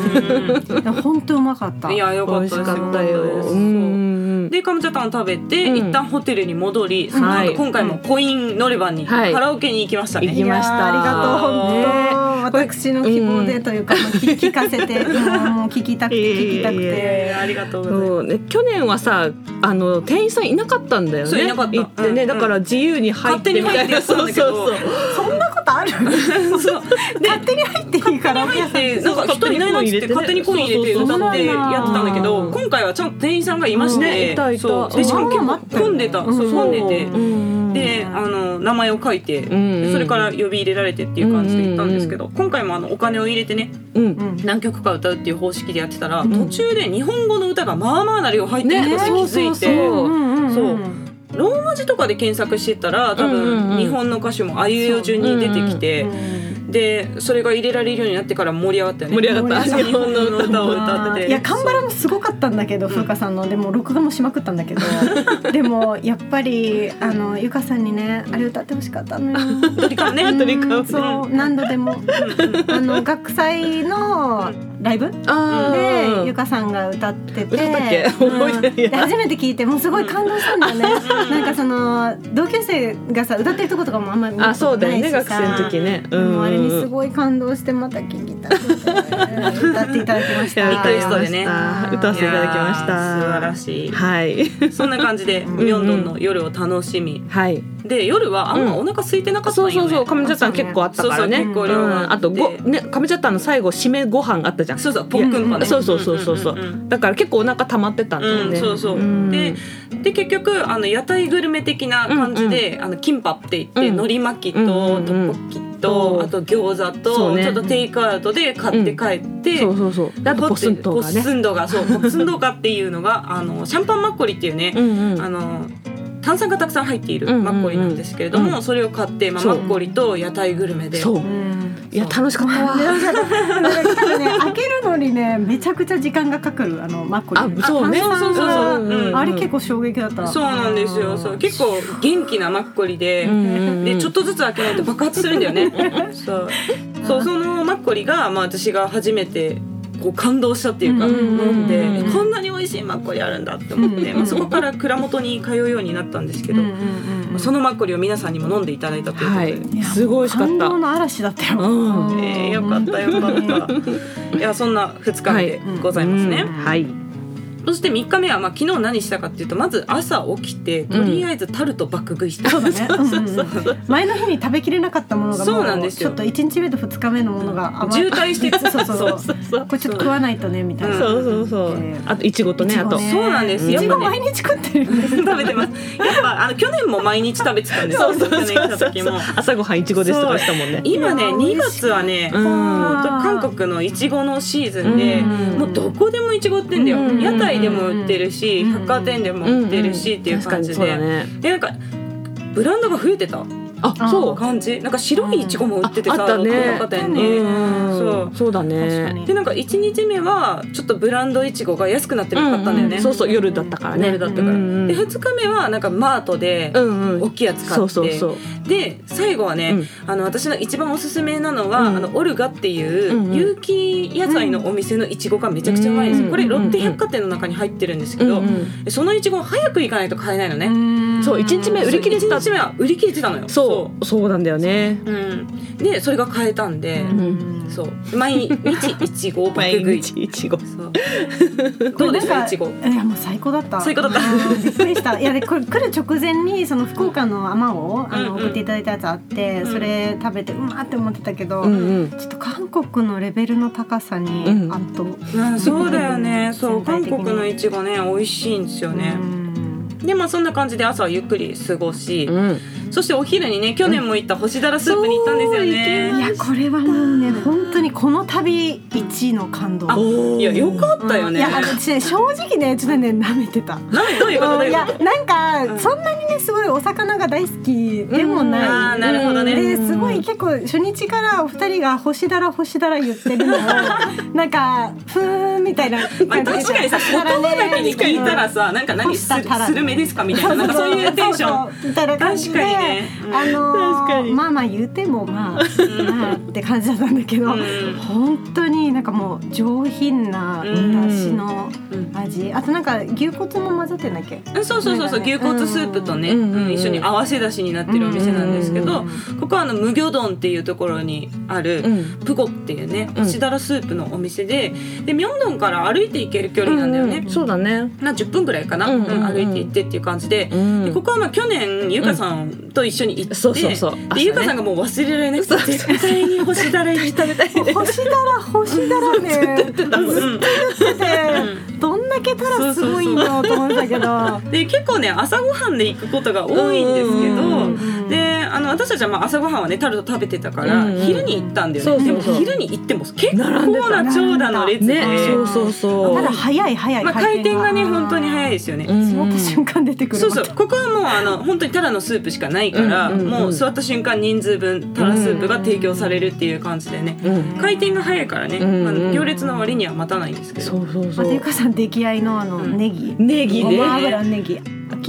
[SPEAKER 2] う
[SPEAKER 3] うん本当うまかった
[SPEAKER 2] んいやよ
[SPEAKER 4] 美
[SPEAKER 2] かったです
[SPEAKER 4] 味しかったよ。
[SPEAKER 2] そう
[SPEAKER 4] うん
[SPEAKER 2] でかむちゃタンを食べて、
[SPEAKER 4] うん
[SPEAKER 2] 一旦ホテルに戻り、その
[SPEAKER 4] は
[SPEAKER 2] 後
[SPEAKER 4] い
[SPEAKER 2] 今回もコインノレバにカ
[SPEAKER 4] はい
[SPEAKER 2] ラオケに行きましたね、
[SPEAKER 4] 行きました
[SPEAKER 3] いやーありがとう本当、
[SPEAKER 4] ね
[SPEAKER 3] 私の希望でというか、もう聞聞かせて、うんもう聞きたくて聞きたく
[SPEAKER 4] いやい
[SPEAKER 3] て。
[SPEAKER 2] ありがとうございます
[SPEAKER 4] そうね、去年はさあの店員さんいなかったんだよね
[SPEAKER 2] そういなかった
[SPEAKER 4] 行ってね、
[SPEAKER 2] うんうん
[SPEAKER 4] だから自由に入ってみたいな
[SPEAKER 2] 勝手に入ってやったんだけど
[SPEAKER 4] そうそうそう
[SPEAKER 3] そんなことある。勝手に入っていいから。
[SPEAKER 2] でなんか人いないなっつって勝手にコイン入れて
[SPEAKER 4] そうそう
[SPEAKER 2] 歌
[SPEAKER 3] そう
[SPEAKER 2] ってやってたんだけど
[SPEAKER 4] うん
[SPEAKER 2] 今回はちゃんと店員さんがいまして、
[SPEAKER 4] ねいたいた
[SPEAKER 2] そうでしかも結
[SPEAKER 3] まあ
[SPEAKER 2] 構
[SPEAKER 3] まあ
[SPEAKER 2] 混んでた、
[SPEAKER 3] うん
[SPEAKER 2] そう混んでて、
[SPEAKER 4] うん
[SPEAKER 2] であの名前を書いて、
[SPEAKER 4] んうん
[SPEAKER 2] それから呼び入れられてっていう感じで行ったんですけど、今回もあのお金を入れてね
[SPEAKER 4] うん
[SPEAKER 3] うん
[SPEAKER 2] 何曲か歌うっていう方式でやってたら、
[SPEAKER 4] ん
[SPEAKER 2] 途中で日本語の歌がまあまあな量入ってるの
[SPEAKER 4] ね
[SPEAKER 2] に気
[SPEAKER 4] そう
[SPEAKER 2] づ
[SPEAKER 4] そう
[SPEAKER 2] いて。
[SPEAKER 4] そう
[SPEAKER 3] うん
[SPEAKER 2] そうローマ字とかで検索してたら多
[SPEAKER 4] うんうんう
[SPEAKER 2] 分
[SPEAKER 4] ん
[SPEAKER 2] 日本の歌手もあいうえお順に出てきて、でそれが入れられるようになってから盛り上がったよね
[SPEAKER 4] 盛り上がっ た
[SPEAKER 2] 日本の歌を歌ってて
[SPEAKER 3] いやカンバラもすごかったんだけど風花さんのでも録画もしまくったんだけどでもやっぱりあのゆかさんにねあれ歌ってほしかったのよ
[SPEAKER 2] ドリカムね
[SPEAKER 3] うん
[SPEAKER 2] ドリカムね
[SPEAKER 3] そう何度でもあの学祭のライブ
[SPEAKER 4] あ
[SPEAKER 3] でゆ
[SPEAKER 4] ー
[SPEAKER 3] かさんが歌ってて
[SPEAKER 4] 歌ったっけ
[SPEAKER 3] うん
[SPEAKER 4] 覚えてる
[SPEAKER 3] で初めて聞いてもうすごい感動したんだよねなんかその同級生がさ歌ってるとことかもあんまり見た
[SPEAKER 4] あそ
[SPEAKER 3] こ
[SPEAKER 4] う
[SPEAKER 3] と
[SPEAKER 4] だ
[SPEAKER 3] な
[SPEAKER 4] よ
[SPEAKER 3] いし
[SPEAKER 4] ね
[SPEAKER 3] さ
[SPEAKER 4] 学生の時ね
[SPEAKER 3] でもあれにす
[SPEAKER 4] い
[SPEAKER 3] ごい感動してまた聞きたくて歌っていただきまし
[SPEAKER 4] や
[SPEAKER 3] た
[SPEAKER 2] リクエストでね
[SPEAKER 4] 歌わせていただきました
[SPEAKER 2] いやー素晴らしい
[SPEAKER 4] はい
[SPEAKER 2] そんな感じで
[SPEAKER 3] うん
[SPEAKER 2] ミョンドンの夜を楽しみ
[SPEAKER 4] はい
[SPEAKER 2] で夜はあんまお腹空いてなかったん
[SPEAKER 4] そ
[SPEAKER 2] よ
[SPEAKER 4] う
[SPEAKER 2] ね
[SPEAKER 4] そうそうカムチャタン結構あったから
[SPEAKER 2] そう
[SPEAKER 4] ね
[SPEAKER 2] そう結
[SPEAKER 4] う
[SPEAKER 2] 構量が
[SPEAKER 4] ん
[SPEAKER 2] あ
[SPEAKER 4] あ
[SPEAKER 2] って
[SPEAKER 4] とごねカムチャタンの最後締めご飯あったじゃん
[SPEAKER 2] そうそうポックンパ
[SPEAKER 4] いや
[SPEAKER 2] ね
[SPEAKER 4] そうそうそうそうそ
[SPEAKER 2] んんんん
[SPEAKER 4] うだから結構お腹溜まってたんだよ
[SPEAKER 2] うん、
[SPEAKER 4] ね
[SPEAKER 2] そうそう、
[SPEAKER 4] ん
[SPEAKER 2] でで結局あの屋台グルメ的な感じで、あのキンパって言って、
[SPEAKER 4] うん
[SPEAKER 2] 海苔巻きと、
[SPEAKER 4] うんうんうん
[SPEAKER 2] トッポッキと、
[SPEAKER 4] そう
[SPEAKER 2] あと餃子
[SPEAKER 4] そ
[SPEAKER 2] と、
[SPEAKER 4] うね
[SPEAKER 2] ちょっとテイクアウトで買って帰って、
[SPEAKER 4] そうそうそうであとポスンと
[SPEAKER 2] ポ
[SPEAKER 4] かね
[SPEAKER 2] スンドがそう ポスンドがっていうのがあのシャンパンマッコリっていうね、
[SPEAKER 4] うんうん
[SPEAKER 2] あの炭酸がたくさん入っている
[SPEAKER 4] うんうんうん
[SPEAKER 2] マッコリなんですけれども、
[SPEAKER 4] う
[SPEAKER 2] それを買って、まあ、
[SPEAKER 4] そ
[SPEAKER 2] マ
[SPEAKER 4] う
[SPEAKER 2] ッコリと屋台グルメで
[SPEAKER 4] そう
[SPEAKER 3] うん
[SPEAKER 4] いや楽しかったわ
[SPEAKER 3] なんか多分ね開けるのにねめちゃくちゃ時間がかかるあのマッコリ
[SPEAKER 4] あそうね
[SPEAKER 3] 炭酸
[SPEAKER 2] そうそうそうそう
[SPEAKER 3] が
[SPEAKER 2] うん
[SPEAKER 3] あれ結構衝撃だった
[SPEAKER 2] そうなんですよそう結構元気なマッコリで、でちょっとずつ開けないと爆発するんだよね。そうそうそのマッコリが、まあ、私が初めてこう感動したっていうか、
[SPEAKER 4] うん
[SPEAKER 2] 飲んで、
[SPEAKER 3] うん
[SPEAKER 2] えこんなに美味しいマッコリあるんだって思って、
[SPEAKER 3] うん
[SPEAKER 2] まあ、そこから蔵元に通うようになったんですけ
[SPEAKER 3] うん
[SPEAKER 2] ど、
[SPEAKER 3] うんうんうん
[SPEAKER 2] そのマッコリを皆さんにも飲んでいただいたということ
[SPEAKER 4] は
[SPEAKER 2] で。
[SPEAKER 4] いすごい美味しかっ
[SPEAKER 3] 感
[SPEAKER 4] た
[SPEAKER 3] 動の嵐だったよ、
[SPEAKER 4] うん
[SPEAKER 3] うん
[SPEAKER 2] えーよかったよかった。いやそんな2日目でございますね。
[SPEAKER 4] うんはい
[SPEAKER 2] そして3日目はまあ昨日何したかっていうとまず朝起きてとりあえずタルト爆食いした。
[SPEAKER 3] そうだ ね。うんうんうん前の日に食べきれなかったものがも
[SPEAKER 2] そうなんですよ
[SPEAKER 3] ちょっと一日目と二日目のものが余
[SPEAKER 2] 渋滞して
[SPEAKER 3] そうそうそう
[SPEAKER 2] そう
[SPEAKER 4] そう
[SPEAKER 3] これちょっと食わないとねみたいな。
[SPEAKER 4] そうそうそう
[SPEAKER 3] えー
[SPEAKER 4] あといちごとねあと
[SPEAKER 2] ねそうなんです
[SPEAKER 3] い
[SPEAKER 2] よ
[SPEAKER 3] ちご毎日食ってるよね。
[SPEAKER 2] 食べてます。やっぱあの去年も毎日食べてたんですよ。去年来た時も。
[SPEAKER 4] 朝ごはんいちごですとかしたもんね
[SPEAKER 2] 今ね
[SPEAKER 3] いやー
[SPEAKER 2] 2月はね、
[SPEAKER 4] うん
[SPEAKER 2] 本当韓国のいちごのシーズンで、
[SPEAKER 4] うん
[SPEAKER 2] もうどこでもいちご売ってんだよ、
[SPEAKER 4] うん
[SPEAKER 2] 屋台でも売ってるし、
[SPEAKER 3] うん
[SPEAKER 2] 百貨店でも売ってるしっていう感じで、
[SPEAKER 4] 確かにそうだね
[SPEAKER 2] でなんかブランドが増えてた
[SPEAKER 4] あそう
[SPEAKER 2] 感じなんか白いいちごも売っててさ、
[SPEAKER 4] ああったね
[SPEAKER 2] 百貨店に、
[SPEAKER 4] うん
[SPEAKER 2] そう
[SPEAKER 4] そうだ
[SPEAKER 3] 確か
[SPEAKER 4] ね
[SPEAKER 3] に
[SPEAKER 2] でなんか1日目はちょっとブランドいちごが安くなってるの買ったんだよね、
[SPEAKER 4] うそうそう夜だったからね
[SPEAKER 2] 夜だったから、
[SPEAKER 4] うんうん
[SPEAKER 2] で2日目はなんかマートで
[SPEAKER 4] うんう
[SPEAKER 2] 大
[SPEAKER 4] ん
[SPEAKER 2] きいやつ買って、
[SPEAKER 4] そうそうそう
[SPEAKER 2] で最後はね、
[SPEAKER 4] うん
[SPEAKER 2] あの私の一番おすすめなのは、
[SPEAKER 4] うん
[SPEAKER 2] あのオルガっていう、
[SPEAKER 4] うんうん
[SPEAKER 2] 有機野菜のお店のいちごがめちゃくちゃうまいんですよ、
[SPEAKER 4] うん
[SPEAKER 2] これロッテ百貨店の中に入ってるんですけ
[SPEAKER 4] うん
[SPEAKER 2] ど、
[SPEAKER 4] うん
[SPEAKER 2] そのいちご早く行かないと買えないのね、
[SPEAKER 4] そう一日目売り切れてた
[SPEAKER 2] 1日目は売り切れてたのよ
[SPEAKER 4] そうそうなんだよね
[SPEAKER 2] そう、うん、でそれが買えたんで、
[SPEAKER 3] ん
[SPEAKER 2] そう毎日いちご爆 食い
[SPEAKER 4] いち ご
[SPEAKER 2] そうどうでしたいちご
[SPEAKER 3] いやもう最高だった。
[SPEAKER 2] 最高だった
[SPEAKER 3] うんびっくりした。いやでこれ来る直前にその福岡のあまをあ
[SPEAKER 2] う
[SPEAKER 3] の
[SPEAKER 2] んうん
[SPEAKER 3] 送っていただいたやつあって、
[SPEAKER 2] うん
[SPEAKER 3] それ食べてうまって思ってたけど、
[SPEAKER 4] うんうん
[SPEAKER 3] ちょっと韓国のレベルの高さに
[SPEAKER 4] うん
[SPEAKER 3] 圧倒。
[SPEAKER 2] うんそうだよねそう
[SPEAKER 3] 全体
[SPEAKER 2] 韓
[SPEAKER 3] 的に
[SPEAKER 2] 国のいちごね美味しいんですよね、
[SPEAKER 3] うん
[SPEAKER 2] でまあそんな感じで朝はゆっくり過ごし、
[SPEAKER 4] うん
[SPEAKER 2] そしてお昼にね去年も行った星だらスープに行ったんですよね、
[SPEAKER 3] いやこれはもうね本当にこの旅一位の感動
[SPEAKER 2] あいやよかったよね、
[SPEAKER 3] いや私ね正直ねちょっとね舐 めてた
[SPEAKER 2] なんどういうこと
[SPEAKER 3] うん
[SPEAKER 2] だ
[SPEAKER 3] い
[SPEAKER 2] よ
[SPEAKER 3] やなんかそんなにねすごいお魚が大好きでもない、
[SPEAKER 2] うんあーなるほどね
[SPEAKER 3] ですごい結構初日からお二人が「星だら星だら」言ってるのをなんかふーんみたいな
[SPEAKER 2] まあ、確かにさ言葉だけに聞いたらさなんか何す
[SPEAKER 3] 干したたら
[SPEAKER 2] するめですかみたいななんかそういうテンション
[SPEAKER 3] ンみたいな感じで、
[SPEAKER 2] 確かにねうん
[SPEAKER 3] あのー
[SPEAKER 4] 確かに
[SPEAKER 3] まあまあ言うても まあ、まあって感じだったんだけど、
[SPEAKER 2] うん
[SPEAKER 3] 本当になんかもう上品なだしの
[SPEAKER 2] うん
[SPEAKER 3] 味、あとなんか牛骨も混ざってなきゃ
[SPEAKER 2] うんそうそうそうそう牛骨スープとね、
[SPEAKER 4] うん
[SPEAKER 2] うん一緒に合わせだしになってるお店なんですけど、ここはあの無魚丼っていうところにある、
[SPEAKER 4] うん
[SPEAKER 2] プコっていうね
[SPEAKER 4] うん
[SPEAKER 2] 干しだらスープのお店でで明洞から歩いて行ける距離なんだよね、
[SPEAKER 4] そうだね。
[SPEAKER 2] な10分ぐらいかな、
[SPEAKER 4] うんうんうん
[SPEAKER 2] うん歩いて行ってっていう感じで,、
[SPEAKER 4] うん
[SPEAKER 2] でここはまあ去年ゆかさんと一緒に行って、
[SPEAKER 4] そうそうそう朝
[SPEAKER 2] で
[SPEAKER 4] ね
[SPEAKER 2] ゆかさんがもう忘れられなくて、絶対に干しだらに食べたい
[SPEAKER 3] 星だら星だ らねずっと言っててどんだけたらすごいのと思うんだけど
[SPEAKER 2] で結構ね朝ごはんで行くことが多いんですけど、
[SPEAKER 4] うんうん
[SPEAKER 3] うん
[SPEAKER 2] であの私たちはまあ朝ごはんはねタルト食べてたから、
[SPEAKER 4] うんうん
[SPEAKER 2] 昼に行ったんだよね
[SPEAKER 4] そうそうそう
[SPEAKER 2] でも昼に行っても結構
[SPEAKER 4] 並んでた
[SPEAKER 2] な長蛇の列で、
[SPEAKER 4] ね、そうそうそう。
[SPEAKER 3] まだ早い早い
[SPEAKER 2] まあ、回転がね本当に早い
[SPEAKER 3] い
[SPEAKER 2] ですよね。
[SPEAKER 3] 座った瞬間出てくる
[SPEAKER 2] そうそうここはもうあの本当にタラのスープしかないから、
[SPEAKER 4] うんうんうん
[SPEAKER 2] もう座った瞬間人数分タラスープが提供されるっていう感じでね、
[SPEAKER 4] うん
[SPEAKER 2] 回転が早いからね、
[SPEAKER 4] うんうん
[SPEAKER 2] まあ、行列の割には待たないんですけど
[SPEAKER 4] そうそう
[SPEAKER 3] ま
[SPEAKER 4] そ
[SPEAKER 3] あ、ゆ
[SPEAKER 4] う。
[SPEAKER 3] かさん出来合いのあの
[SPEAKER 2] うん
[SPEAKER 3] ネギ、
[SPEAKER 4] ネギ
[SPEAKER 3] ご
[SPEAKER 4] で
[SPEAKER 3] ま油ネギ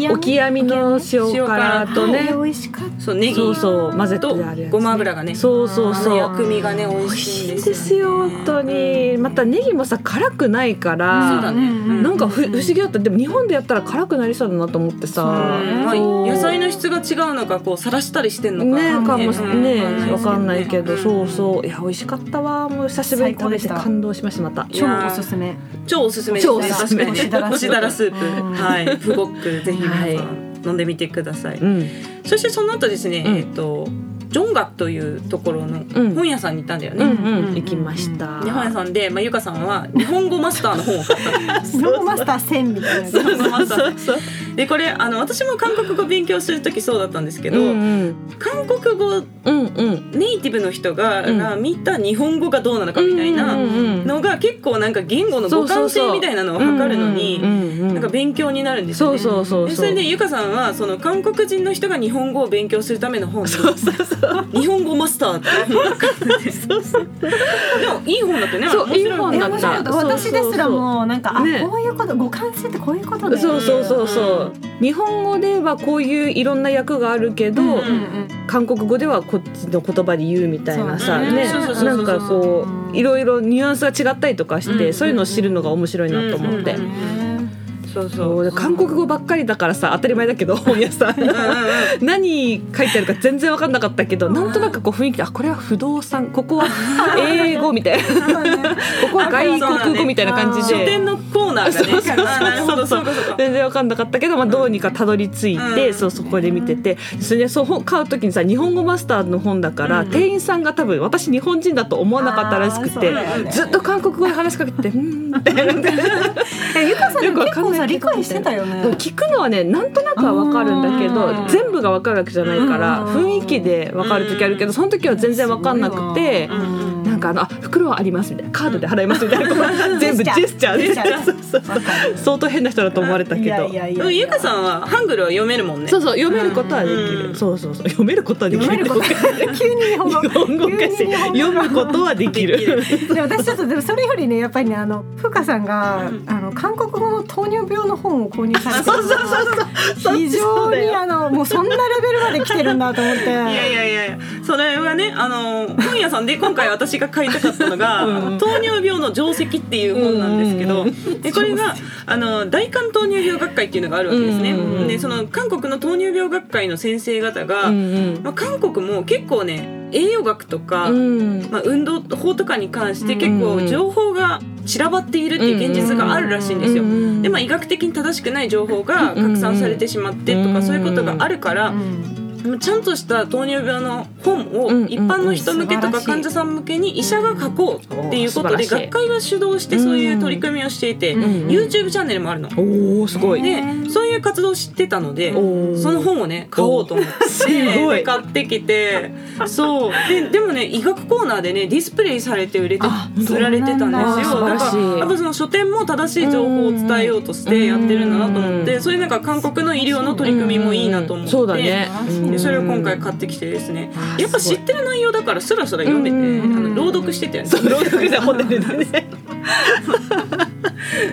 [SPEAKER 4] オキアミの塩辛と
[SPEAKER 3] ね
[SPEAKER 4] ね、
[SPEAKER 3] 美味しかった
[SPEAKER 2] そうネギ
[SPEAKER 4] そうそう混ぜて
[SPEAKER 2] と
[SPEAKER 4] あるやつ。
[SPEAKER 2] ごま油がね
[SPEAKER 4] そうそう
[SPEAKER 2] あ
[SPEAKER 4] そ
[SPEAKER 2] の
[SPEAKER 4] う。
[SPEAKER 2] 薬味がね美
[SPEAKER 4] 美
[SPEAKER 2] 味
[SPEAKER 4] 味
[SPEAKER 2] し
[SPEAKER 4] し
[SPEAKER 2] い
[SPEAKER 4] い
[SPEAKER 2] ん
[SPEAKER 4] ん
[SPEAKER 2] ですよ,、ね、
[SPEAKER 4] ですよ本当に。またネギもさ辛くないか
[SPEAKER 2] そうだ
[SPEAKER 4] ら。
[SPEAKER 2] ね、
[SPEAKER 3] うん
[SPEAKER 4] なんかふ不思議だったでも日本でやったら辛くなりそうだなと思ってさ
[SPEAKER 3] そうね
[SPEAKER 2] まあ、
[SPEAKER 4] そう
[SPEAKER 2] 野菜の質が違うのかこうさらしたりしてんのか
[SPEAKER 4] ねかもし
[SPEAKER 2] うん
[SPEAKER 4] ねわかんないけど
[SPEAKER 2] うん
[SPEAKER 4] そうそういや美味しかったわもう久しぶりに食べて
[SPEAKER 3] 最高でした
[SPEAKER 4] 感動しましたまた
[SPEAKER 2] いや
[SPEAKER 3] 超おすすめ
[SPEAKER 2] 超おすすめです
[SPEAKER 4] 超おすすめ
[SPEAKER 2] 確かにね
[SPEAKER 3] 干
[SPEAKER 2] 干
[SPEAKER 3] し
[SPEAKER 2] し
[SPEAKER 3] だ
[SPEAKER 2] だ
[SPEAKER 3] ら
[SPEAKER 2] ら
[SPEAKER 3] ス
[SPEAKER 2] スー
[SPEAKER 3] ープ
[SPEAKER 2] プはいプゴックぜひ皆さん、
[SPEAKER 4] はい
[SPEAKER 2] 飲んでみてください、
[SPEAKER 4] うん
[SPEAKER 2] そしてその後ですね、
[SPEAKER 4] うん
[SPEAKER 2] えっとジョンガというところの
[SPEAKER 4] うん
[SPEAKER 2] 本屋さんに行ったんだよ
[SPEAKER 4] う
[SPEAKER 2] ね、
[SPEAKER 4] ん
[SPEAKER 3] うん
[SPEAKER 4] うん行きました
[SPEAKER 2] で本屋さんで、まあ、ゆかさんは日本語マスターの本を買った
[SPEAKER 3] 日本語マスター1000みたいな
[SPEAKER 2] 日本語マスター
[SPEAKER 4] そう
[SPEAKER 2] でこれあの私も韓国語勉強する時そうだったんですけ
[SPEAKER 4] う
[SPEAKER 2] ど、
[SPEAKER 4] んうん
[SPEAKER 2] 韓国語
[SPEAKER 4] うんうん
[SPEAKER 2] ネイティブの人が,、
[SPEAKER 4] うん
[SPEAKER 2] が見た日本語がどうなのかみたいな
[SPEAKER 4] うんうんうん
[SPEAKER 2] のが結構なんか言語の
[SPEAKER 4] そ
[SPEAKER 2] 互
[SPEAKER 4] うそ
[SPEAKER 2] 換
[SPEAKER 4] うそう
[SPEAKER 2] 性みたいなのを測るの
[SPEAKER 4] う
[SPEAKER 2] に
[SPEAKER 4] んうんう
[SPEAKER 2] な
[SPEAKER 4] ん
[SPEAKER 2] んか勉強になるんですよ
[SPEAKER 4] そう
[SPEAKER 2] ね。
[SPEAKER 4] そうそう
[SPEAKER 2] で
[SPEAKER 4] う
[SPEAKER 2] それでゆかさんはその韓国人の人が日本語を勉強するための本に日本語マスターってでもいい本だったね
[SPEAKER 4] そう
[SPEAKER 2] 面白
[SPEAKER 4] いい本
[SPEAKER 3] え
[SPEAKER 4] だ
[SPEAKER 3] 面白かった私ですらもうなんかあ
[SPEAKER 4] ね
[SPEAKER 3] こういうこと互換性ってこういうことだよね
[SPEAKER 4] そうそうそうそう日本語ではこういういろんな役があるけど、
[SPEAKER 3] うんうん
[SPEAKER 4] 韓国語ではこっちの言葉で言うみたいなさ
[SPEAKER 2] そう
[SPEAKER 4] ね
[SPEAKER 2] そうそうそう
[SPEAKER 4] なんかこういろいろニュアンスが違ったりとかして、
[SPEAKER 2] うん
[SPEAKER 4] そういうのを知るのが面白いなと思って、
[SPEAKER 2] う
[SPEAKER 3] うん
[SPEAKER 2] んそう
[SPEAKER 4] そ
[SPEAKER 2] そうう
[SPEAKER 4] で韓国語ばっかりだからさ当たり前 だけど本屋さん何書いてあるか全然分かんなかったけどなんとなくこう雰囲気であこれは不動産ここ は英語みたいなここは外国語みたいな感じ
[SPEAKER 2] 書
[SPEAKER 4] で。
[SPEAKER 2] 店のコーナーがねあーなるほどそうかそうか
[SPEAKER 4] 全然わかんなかったけど、まあ、どうにかたどり着いて、
[SPEAKER 2] うん
[SPEAKER 4] そうそこで見ててそれでそう本買う時にさ日本語マスターの本だから、
[SPEAKER 2] うん
[SPEAKER 4] 店員さんが多分私日本人だと思わなかったらしくて、
[SPEAKER 3] あーそうだよね
[SPEAKER 4] ずっと韓国語で話しかけて「うーん」って
[SPEAKER 3] えゆかさんでも結構さ理
[SPEAKER 4] よくわかんな
[SPEAKER 3] 解
[SPEAKER 4] い
[SPEAKER 3] してたよね
[SPEAKER 4] 聞くのはねなんとなくはわかるんだけ
[SPEAKER 3] うん
[SPEAKER 4] ど全部がわかるわけじゃないから
[SPEAKER 3] うん
[SPEAKER 4] 雰囲気でわかる時あるけどその時は全然わかんなくて。
[SPEAKER 2] ごいわ
[SPEAKER 3] うん
[SPEAKER 4] なんかあのあ袋はありますみたいなカードで払いますみたいな、こう全部ジェスチャー
[SPEAKER 3] ジェ
[SPEAKER 4] で
[SPEAKER 3] スチャー
[SPEAKER 4] そうそうそう
[SPEAKER 3] わかる
[SPEAKER 4] 相当変な人だと思われたけど
[SPEAKER 3] いやいやい
[SPEAKER 2] で
[SPEAKER 3] や
[SPEAKER 2] もゆかさんはハングルを読めるもんね
[SPEAKER 4] そうそう読めることはでき
[SPEAKER 2] うん
[SPEAKER 4] る、
[SPEAKER 2] うん
[SPEAKER 4] そうそうそう読めることはできる
[SPEAKER 3] 読めること急に日本語
[SPEAKER 4] 日本語おかし
[SPEAKER 3] 急
[SPEAKER 4] い
[SPEAKER 3] に日本語
[SPEAKER 4] 読むことはできる
[SPEAKER 3] で私ちょっとでもそれよりねやっぱりねあのふかさんが、あの韓国語の糖尿病の本を購入されて
[SPEAKER 4] そうそうそうそう
[SPEAKER 3] 非
[SPEAKER 4] そ
[SPEAKER 3] 常
[SPEAKER 4] うだ
[SPEAKER 3] に
[SPEAKER 4] よ
[SPEAKER 3] あのもうそんなレベルまで来てるんだと思って。
[SPEAKER 2] いやいやいやいやそれはねあの本屋さんで今回私が買いたかったの が「
[SPEAKER 4] ん
[SPEAKER 2] あの糖尿病の定石」っていう本なんですけど、
[SPEAKER 4] うんう
[SPEAKER 2] でこれがあの大韓糖尿病学会っていうのがあるわけですね。
[SPEAKER 4] うんうんうん
[SPEAKER 2] でその韓国の糖尿病学会の先生方が、
[SPEAKER 4] うんうん
[SPEAKER 2] まあ、韓国も結構ね栄養学とか、
[SPEAKER 4] うん
[SPEAKER 2] まあ、運動法とかに関して結構情報が散らばっているっていう現実があるらしいんですよ。でまあ、医学的に正しくない情報が拡散されてしまってと
[SPEAKER 4] うんう
[SPEAKER 2] か
[SPEAKER 4] ん
[SPEAKER 2] そういうことがあるから
[SPEAKER 3] う、ん
[SPEAKER 2] ちゃんとした糖尿病の本を
[SPEAKER 4] うんうんうん
[SPEAKER 2] 一般の人向けとか
[SPEAKER 3] 素晴らしい
[SPEAKER 2] 患者さん向けに医者が書こうっていうこと
[SPEAKER 4] おー
[SPEAKER 2] で
[SPEAKER 4] 素晴ら
[SPEAKER 2] 学
[SPEAKER 4] しい
[SPEAKER 2] 会が主導してそういう取り組みをしていて
[SPEAKER 4] んうん
[SPEAKER 2] YouTube チャンネルもあるの。
[SPEAKER 4] おおすごい
[SPEAKER 2] でそういう活動を知ってたので
[SPEAKER 4] おー
[SPEAKER 2] その本をね買おうと思って
[SPEAKER 4] すごい
[SPEAKER 2] で買ってきてそうででもね医学コーナーでねディスプレイされて売れて
[SPEAKER 4] あ本当
[SPEAKER 2] 売られてたんです
[SPEAKER 4] そう
[SPEAKER 2] よ
[SPEAKER 4] な
[SPEAKER 2] だ
[SPEAKER 4] んだ
[SPEAKER 2] か
[SPEAKER 4] 素
[SPEAKER 2] ら
[SPEAKER 4] 晴らしい
[SPEAKER 2] やっぱその書店も正しい情報を伝えようとしてやってるんだなと思っ
[SPEAKER 4] うんう
[SPEAKER 2] てそういうなんか韓国の医療の取り組みもいいなと思って
[SPEAKER 4] そうだね
[SPEAKER 2] でそれを今回買ってきてですね
[SPEAKER 4] あー
[SPEAKER 2] やっぱ知ってる内容だからスラスラ読めて
[SPEAKER 4] うんうん
[SPEAKER 2] あの朗読してたよね
[SPEAKER 4] そう朗読してホテルでね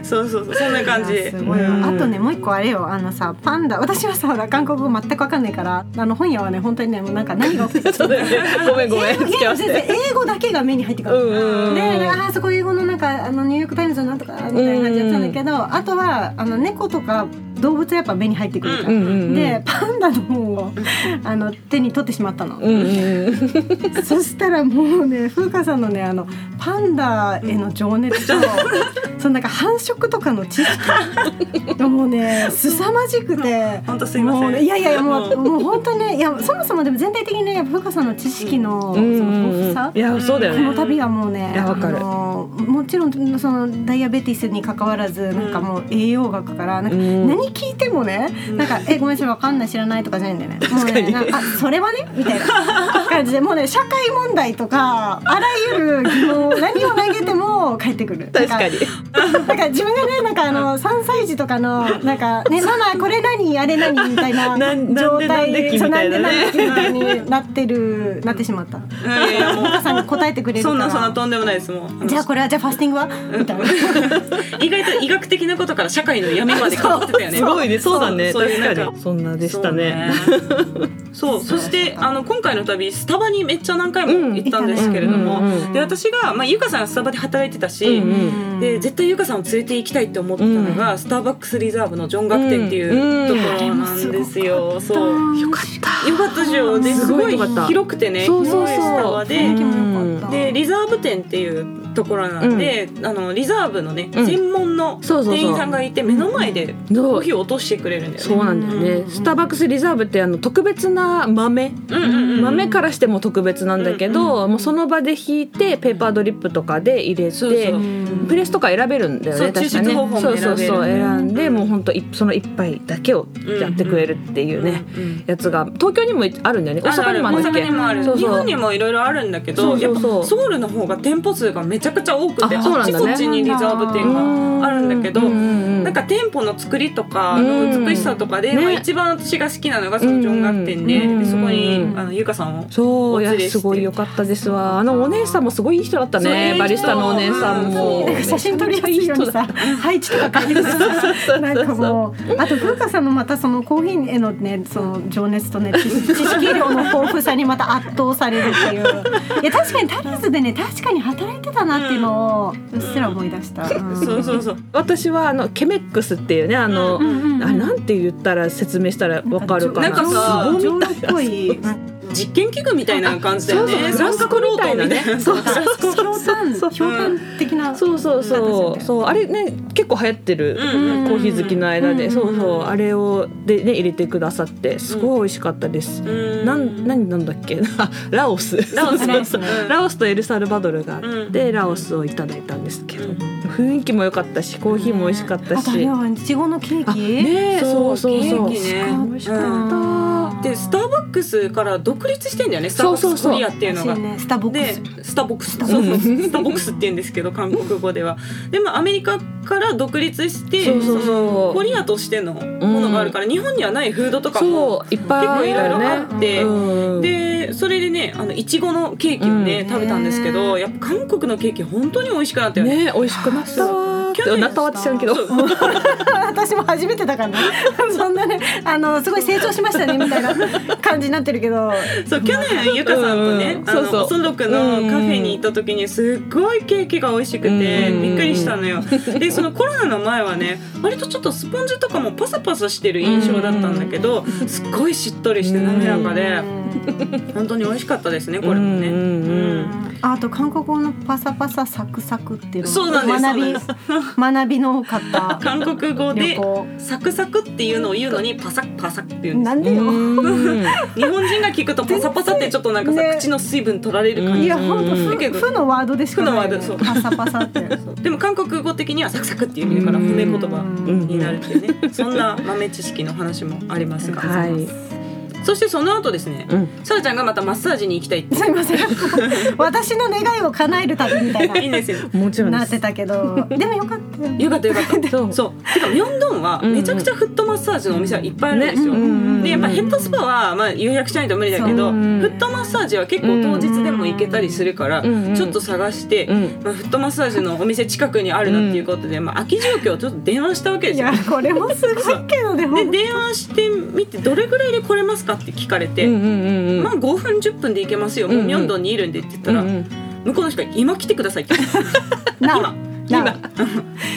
[SPEAKER 2] そうそうそうそんな感じ
[SPEAKER 3] いやすごいわ
[SPEAKER 4] うん
[SPEAKER 3] あとねもう一個あれよあのさパンダ私はさ韓国語全く分かんないからあの本屋はね本当にねもうなんか何が起きてる
[SPEAKER 4] そうだねごめんごめん付き合わせ
[SPEAKER 3] 全然
[SPEAKER 4] て
[SPEAKER 3] 英語だけが目に入ってくる、
[SPEAKER 4] うんうんうん
[SPEAKER 3] であーそこ英語のなんかあのニューヨーク・タイムズのなんとかみたいな感じだったんだけど、あとはあの猫とか動物やっぱ目に入ってくるじゃん、
[SPEAKER 4] うんうんうん
[SPEAKER 3] でパンダの本をあの手に取ってしまったの、
[SPEAKER 4] うんうんうん
[SPEAKER 3] そしたらもうね風花さんのねあのパンダへの情熱と、そのなんか繁殖とかの知識がもうね凄まじくて。
[SPEAKER 2] 本当すいま
[SPEAKER 3] も
[SPEAKER 2] せ
[SPEAKER 3] うんねいやいやいやもう
[SPEAKER 2] うん
[SPEAKER 3] もう本当にねいやそもそもでも全体的にねやっぱ風花さんの知識のその
[SPEAKER 4] うん
[SPEAKER 3] 豊富さ
[SPEAKER 4] いやそうだよ
[SPEAKER 3] この
[SPEAKER 4] ね
[SPEAKER 3] 度はもうね
[SPEAKER 4] いやわかる
[SPEAKER 3] あのもちろんそのダイアベティスに関わらずなんかもう栄養学からなんか
[SPEAKER 4] うん
[SPEAKER 3] 何聞いてもねなんか「えごめんなさいわかんない知らない」とかじゃないんだよね。もうねなんかあそれはねみたいな感じでもうね社会問題とかあらゆる疑問を何を投げても返ってくる。
[SPEAKER 4] 確かに
[SPEAKER 3] なんかなんか自分がねなんかあの三歳児とかのなんかねママこれ何あれ何みたいな
[SPEAKER 4] なんなん
[SPEAKER 3] 状
[SPEAKER 4] でなん
[SPEAKER 3] 態
[SPEAKER 4] で
[SPEAKER 3] で
[SPEAKER 4] き
[SPEAKER 3] そうなん
[SPEAKER 4] みた
[SPEAKER 3] で
[SPEAKER 4] いなね
[SPEAKER 3] なんできみたいになってるなってしまった。
[SPEAKER 2] いやいやも
[SPEAKER 3] さんが答えてくれ
[SPEAKER 2] う
[SPEAKER 3] るか
[SPEAKER 2] そ
[SPEAKER 3] ら。
[SPEAKER 2] んなそんなとんでもないですもう
[SPEAKER 3] じゃあこれはじゃあファスティングはみたいな。
[SPEAKER 2] 意外と医学的なことから社会の闇まで変わってたよね
[SPEAKER 4] すごいねそうだね
[SPEAKER 2] そういう
[SPEAKER 4] 確
[SPEAKER 2] な
[SPEAKER 4] か
[SPEAKER 2] ん
[SPEAKER 4] に
[SPEAKER 2] か
[SPEAKER 4] そんなでしたね
[SPEAKER 2] そうそしてあの今回の旅スタバにめっちゃ何回も行ったんですけれども、
[SPEAKER 4] うんうんうんうん
[SPEAKER 2] で私が、まあ、ゆかさんがスタバで働いてたし、
[SPEAKER 4] うん
[SPEAKER 2] で絶対ゆかさんを連れて行きたいって思ってたのが、スターバックスリザーブのジョン学店っていうところなんですよ。そう
[SPEAKER 3] よ
[SPEAKER 4] かった
[SPEAKER 2] よかったでしょですす
[SPEAKER 4] ごい
[SPEAKER 2] ごい
[SPEAKER 4] よかった
[SPEAKER 2] 広くてね
[SPEAKER 4] そうそう
[SPEAKER 2] 広い
[SPEAKER 4] そう
[SPEAKER 2] スタバで
[SPEAKER 4] うん
[SPEAKER 2] でリザーブ店っていうところなんで、あのリザーブのね、
[SPEAKER 4] うん
[SPEAKER 2] 専門の
[SPEAKER 4] そうそうそう
[SPEAKER 2] 店員さんがいて目の前で
[SPEAKER 4] そう
[SPEAKER 2] コーヒーを落としてくれるんだよね。
[SPEAKER 4] そうなんだよねスターバックスリザーブってあの特別な豆
[SPEAKER 2] うんうんうん、
[SPEAKER 4] 豆からしても特別なんだけど、もうその場で引いてペーパードリップとかで入れて
[SPEAKER 2] そうそう
[SPEAKER 4] プレスとか選べるんだよ
[SPEAKER 2] そ
[SPEAKER 4] ね
[SPEAKER 2] う
[SPEAKER 4] 確かね
[SPEAKER 2] 抽出方法も選
[SPEAKER 4] そ
[SPEAKER 2] べ
[SPEAKER 4] う
[SPEAKER 2] る
[SPEAKER 4] そうそう選んで、
[SPEAKER 2] うん
[SPEAKER 4] もうほんといその一杯だけをやってくれるっていうね、やつが東京にもあるんだよね大阪にもあるんだ
[SPEAKER 2] 大
[SPEAKER 4] っ
[SPEAKER 2] 阪に
[SPEAKER 4] け
[SPEAKER 2] もある
[SPEAKER 4] そう
[SPEAKER 2] 日
[SPEAKER 4] そう
[SPEAKER 2] 本にもいろいろあるんだけ
[SPEAKER 4] そ
[SPEAKER 2] ど
[SPEAKER 4] うそ
[SPEAKER 2] やっ
[SPEAKER 4] う
[SPEAKER 2] ぱ
[SPEAKER 4] そう
[SPEAKER 2] ソウルの方が店舗数がめちゃくちゃ多くて
[SPEAKER 4] あ
[SPEAKER 2] あ
[SPEAKER 4] そう
[SPEAKER 2] っ
[SPEAKER 4] なん
[SPEAKER 2] ち
[SPEAKER 4] だね
[SPEAKER 2] こっちにリザーブ店があるんだけど
[SPEAKER 4] ううう
[SPEAKER 2] なんか店舗の作りとかの美しさとかで、
[SPEAKER 4] うん
[SPEAKER 2] まあ、
[SPEAKER 4] ね
[SPEAKER 2] 一番私が好きなのがそのジョン学店で,、
[SPEAKER 4] うん
[SPEAKER 2] でそこに
[SPEAKER 4] うん
[SPEAKER 2] あのゆかさんを。
[SPEAKER 4] そうい
[SPEAKER 2] お連れ
[SPEAKER 4] や
[SPEAKER 2] して
[SPEAKER 4] すごい良かったですわあのお姉さんもすごいいい人だった
[SPEAKER 2] そういい
[SPEAKER 4] ね
[SPEAKER 2] 人
[SPEAKER 4] バリスタのお姉さんも
[SPEAKER 3] なんか写真撮りやすいようにさ配置とか変えてさなんかもうあと風花さんのまたそのコーヒーへのねその情 熱とね知知識量の豊富さにまた圧倒されるっていういや確かにタリーズでね確かに働いてたなっていうのをうっすら思い出した、うん
[SPEAKER 2] そうそうそう
[SPEAKER 4] 私はあのケメックスっていうねあの、
[SPEAKER 3] うんうんうん
[SPEAKER 4] あなんて言ったら説明したらわかるかな
[SPEAKER 2] なんか
[SPEAKER 4] す
[SPEAKER 2] さ
[SPEAKER 4] ごい
[SPEAKER 3] 情報っぽい
[SPEAKER 2] 実験器具みたいな感じだよね。
[SPEAKER 4] そうそう
[SPEAKER 2] 三角ロートみたいな
[SPEAKER 4] フランス語みたいなね
[SPEAKER 3] ひょうたんひょうたん的な
[SPEAKER 4] そうそう
[SPEAKER 3] うん
[SPEAKER 4] そうそうあれね結構流行ってる、
[SPEAKER 2] うん
[SPEAKER 4] コーヒー好きの間で、
[SPEAKER 3] うん
[SPEAKER 4] そうそうあれをでね入れてくださってすごい美味しかったです、
[SPEAKER 2] うん
[SPEAKER 4] なん何なんだっけ あラオス
[SPEAKER 2] ラオス
[SPEAKER 4] そうそう
[SPEAKER 2] うん
[SPEAKER 4] ラオスとエルサルバドルがあって、
[SPEAKER 2] う
[SPEAKER 4] ラオスをいただいたんですけ
[SPEAKER 2] う
[SPEAKER 4] ど、
[SPEAKER 2] ん
[SPEAKER 4] 雰囲気も良かったしコーヒーも美味しかった
[SPEAKER 3] あとあ
[SPEAKER 4] し、
[SPEAKER 3] れはいちごのケー
[SPEAKER 4] あ
[SPEAKER 3] キ
[SPEAKER 4] ねえそうそうそう
[SPEAKER 2] ケーキね
[SPEAKER 4] 美味しかった、
[SPEAKER 2] でスターバックスから独立してんだよねスターバ
[SPEAKER 4] そう
[SPEAKER 2] ッ
[SPEAKER 4] そ
[SPEAKER 2] クス
[SPEAKER 4] うそう
[SPEAKER 2] コリアっていうの
[SPEAKER 3] 美味
[SPEAKER 2] が
[SPEAKER 3] しい。ねスタボックス
[SPEAKER 2] でスタボックスそうそうスタボックスって言うんですけど韓国語ではでもアメリカから独立して
[SPEAKER 4] そうそうそう
[SPEAKER 2] コリアとしてのものがあるから、日本にはないフードとかも
[SPEAKER 4] そういっぱいあるよね
[SPEAKER 2] 結構いろいろあって
[SPEAKER 4] うん
[SPEAKER 2] でそれでねあのいちごのケーキをね、
[SPEAKER 4] うん
[SPEAKER 2] 食べたんですけどやっぱ韓国のケーキ本当に美味しくなったよね
[SPEAKER 4] ね美味しくなったわーって
[SPEAKER 2] 去年
[SPEAKER 4] なったわって知らんけど
[SPEAKER 2] そう
[SPEAKER 3] 私も初めてだからねそんなねあのすごい成長しましたねみたいな感じになってるけど
[SPEAKER 2] そう去年ゆかさんとね、
[SPEAKER 4] うん
[SPEAKER 2] あの
[SPEAKER 4] そうそう
[SPEAKER 2] おそろくのカフェに行った時にすっごいケーキが美味しくて
[SPEAKER 4] うん
[SPEAKER 2] びっくりしたのよ。でそのコロナの前はね割とちょっとスポンジとかもパサパサしてる印象だったんだけどすっごいしっとりして滑らかで
[SPEAKER 3] うん
[SPEAKER 2] 本当に美味しかったですねこれも
[SPEAKER 4] う
[SPEAKER 2] ね。
[SPEAKER 4] んうんうん
[SPEAKER 3] あと韓国語のパサパササクサクっていうの
[SPEAKER 2] そうなんです
[SPEAKER 3] 学び学びの多かった
[SPEAKER 2] 韓国語
[SPEAKER 3] 旅
[SPEAKER 2] で
[SPEAKER 3] 行
[SPEAKER 2] サクサクっていうのを言うのにパサッパサッっていうんで
[SPEAKER 3] な
[SPEAKER 2] す
[SPEAKER 3] んでよ
[SPEAKER 4] うん
[SPEAKER 2] 日本人が聞くとパサパサってちょっとなんかさ、
[SPEAKER 3] ね
[SPEAKER 2] 口の水分取られる感
[SPEAKER 4] うん
[SPEAKER 2] じ
[SPEAKER 3] いや本当
[SPEAKER 2] だけ
[SPEAKER 3] 負
[SPEAKER 2] ど
[SPEAKER 3] 負のワードでしかない、ね、
[SPEAKER 2] 負のワード
[SPEAKER 3] パサパサって
[SPEAKER 2] でも韓国語的にはサクサクっていう意味だから褒め言葉
[SPEAKER 4] うん
[SPEAKER 2] になるっていうねそんな豆知識の話もありますが、
[SPEAKER 4] はい
[SPEAKER 2] そしてその後ですね
[SPEAKER 4] うん
[SPEAKER 2] さらちゃんがまたマッサージに行きたいって
[SPEAKER 3] すいません 私の願いを叶える旅みたい
[SPEAKER 2] いい
[SPEAKER 3] なん
[SPEAKER 2] ですよ
[SPEAKER 4] もちろん
[SPEAKER 3] な
[SPEAKER 4] で
[SPEAKER 3] って
[SPEAKER 4] す。
[SPEAKER 3] たけどでもよかった
[SPEAKER 2] よ
[SPEAKER 3] よ
[SPEAKER 2] かったよかった
[SPEAKER 4] そう
[SPEAKER 2] そうてかミョンドンはめちゃくちゃフットマッサージのお店はいっぱいあるんですよ、
[SPEAKER 4] ねうんうんうん
[SPEAKER 2] でやっぱヘッドスパはまあ予約しないと無理だけ
[SPEAKER 4] そう
[SPEAKER 2] ど、フットマッサージは結構当日でも行けたりするから、
[SPEAKER 4] うんうん
[SPEAKER 2] ちょっと探して、
[SPEAKER 4] うん
[SPEAKER 2] まあ、フットマッサージのお店近くにあるなっていうことで、まあ、空き状況をちょっと電話したわけで
[SPEAKER 3] い
[SPEAKER 2] すよ
[SPEAKER 3] や。これもすごいけどね
[SPEAKER 2] で
[SPEAKER 3] 本
[SPEAKER 2] 電話してみてどれぐらいで来れますかって聞かれて、
[SPEAKER 4] うんうんうんうん
[SPEAKER 2] まあ5分10分で行けますよ、
[SPEAKER 4] うん
[SPEAKER 2] も
[SPEAKER 4] う
[SPEAKER 2] うんミョンドンにいるんでって言ったら、
[SPEAKER 4] うんうん
[SPEAKER 2] 向こうの人が今来てくださいって言って
[SPEAKER 3] 当な
[SPEAKER 2] 今
[SPEAKER 3] な
[SPEAKER 2] 今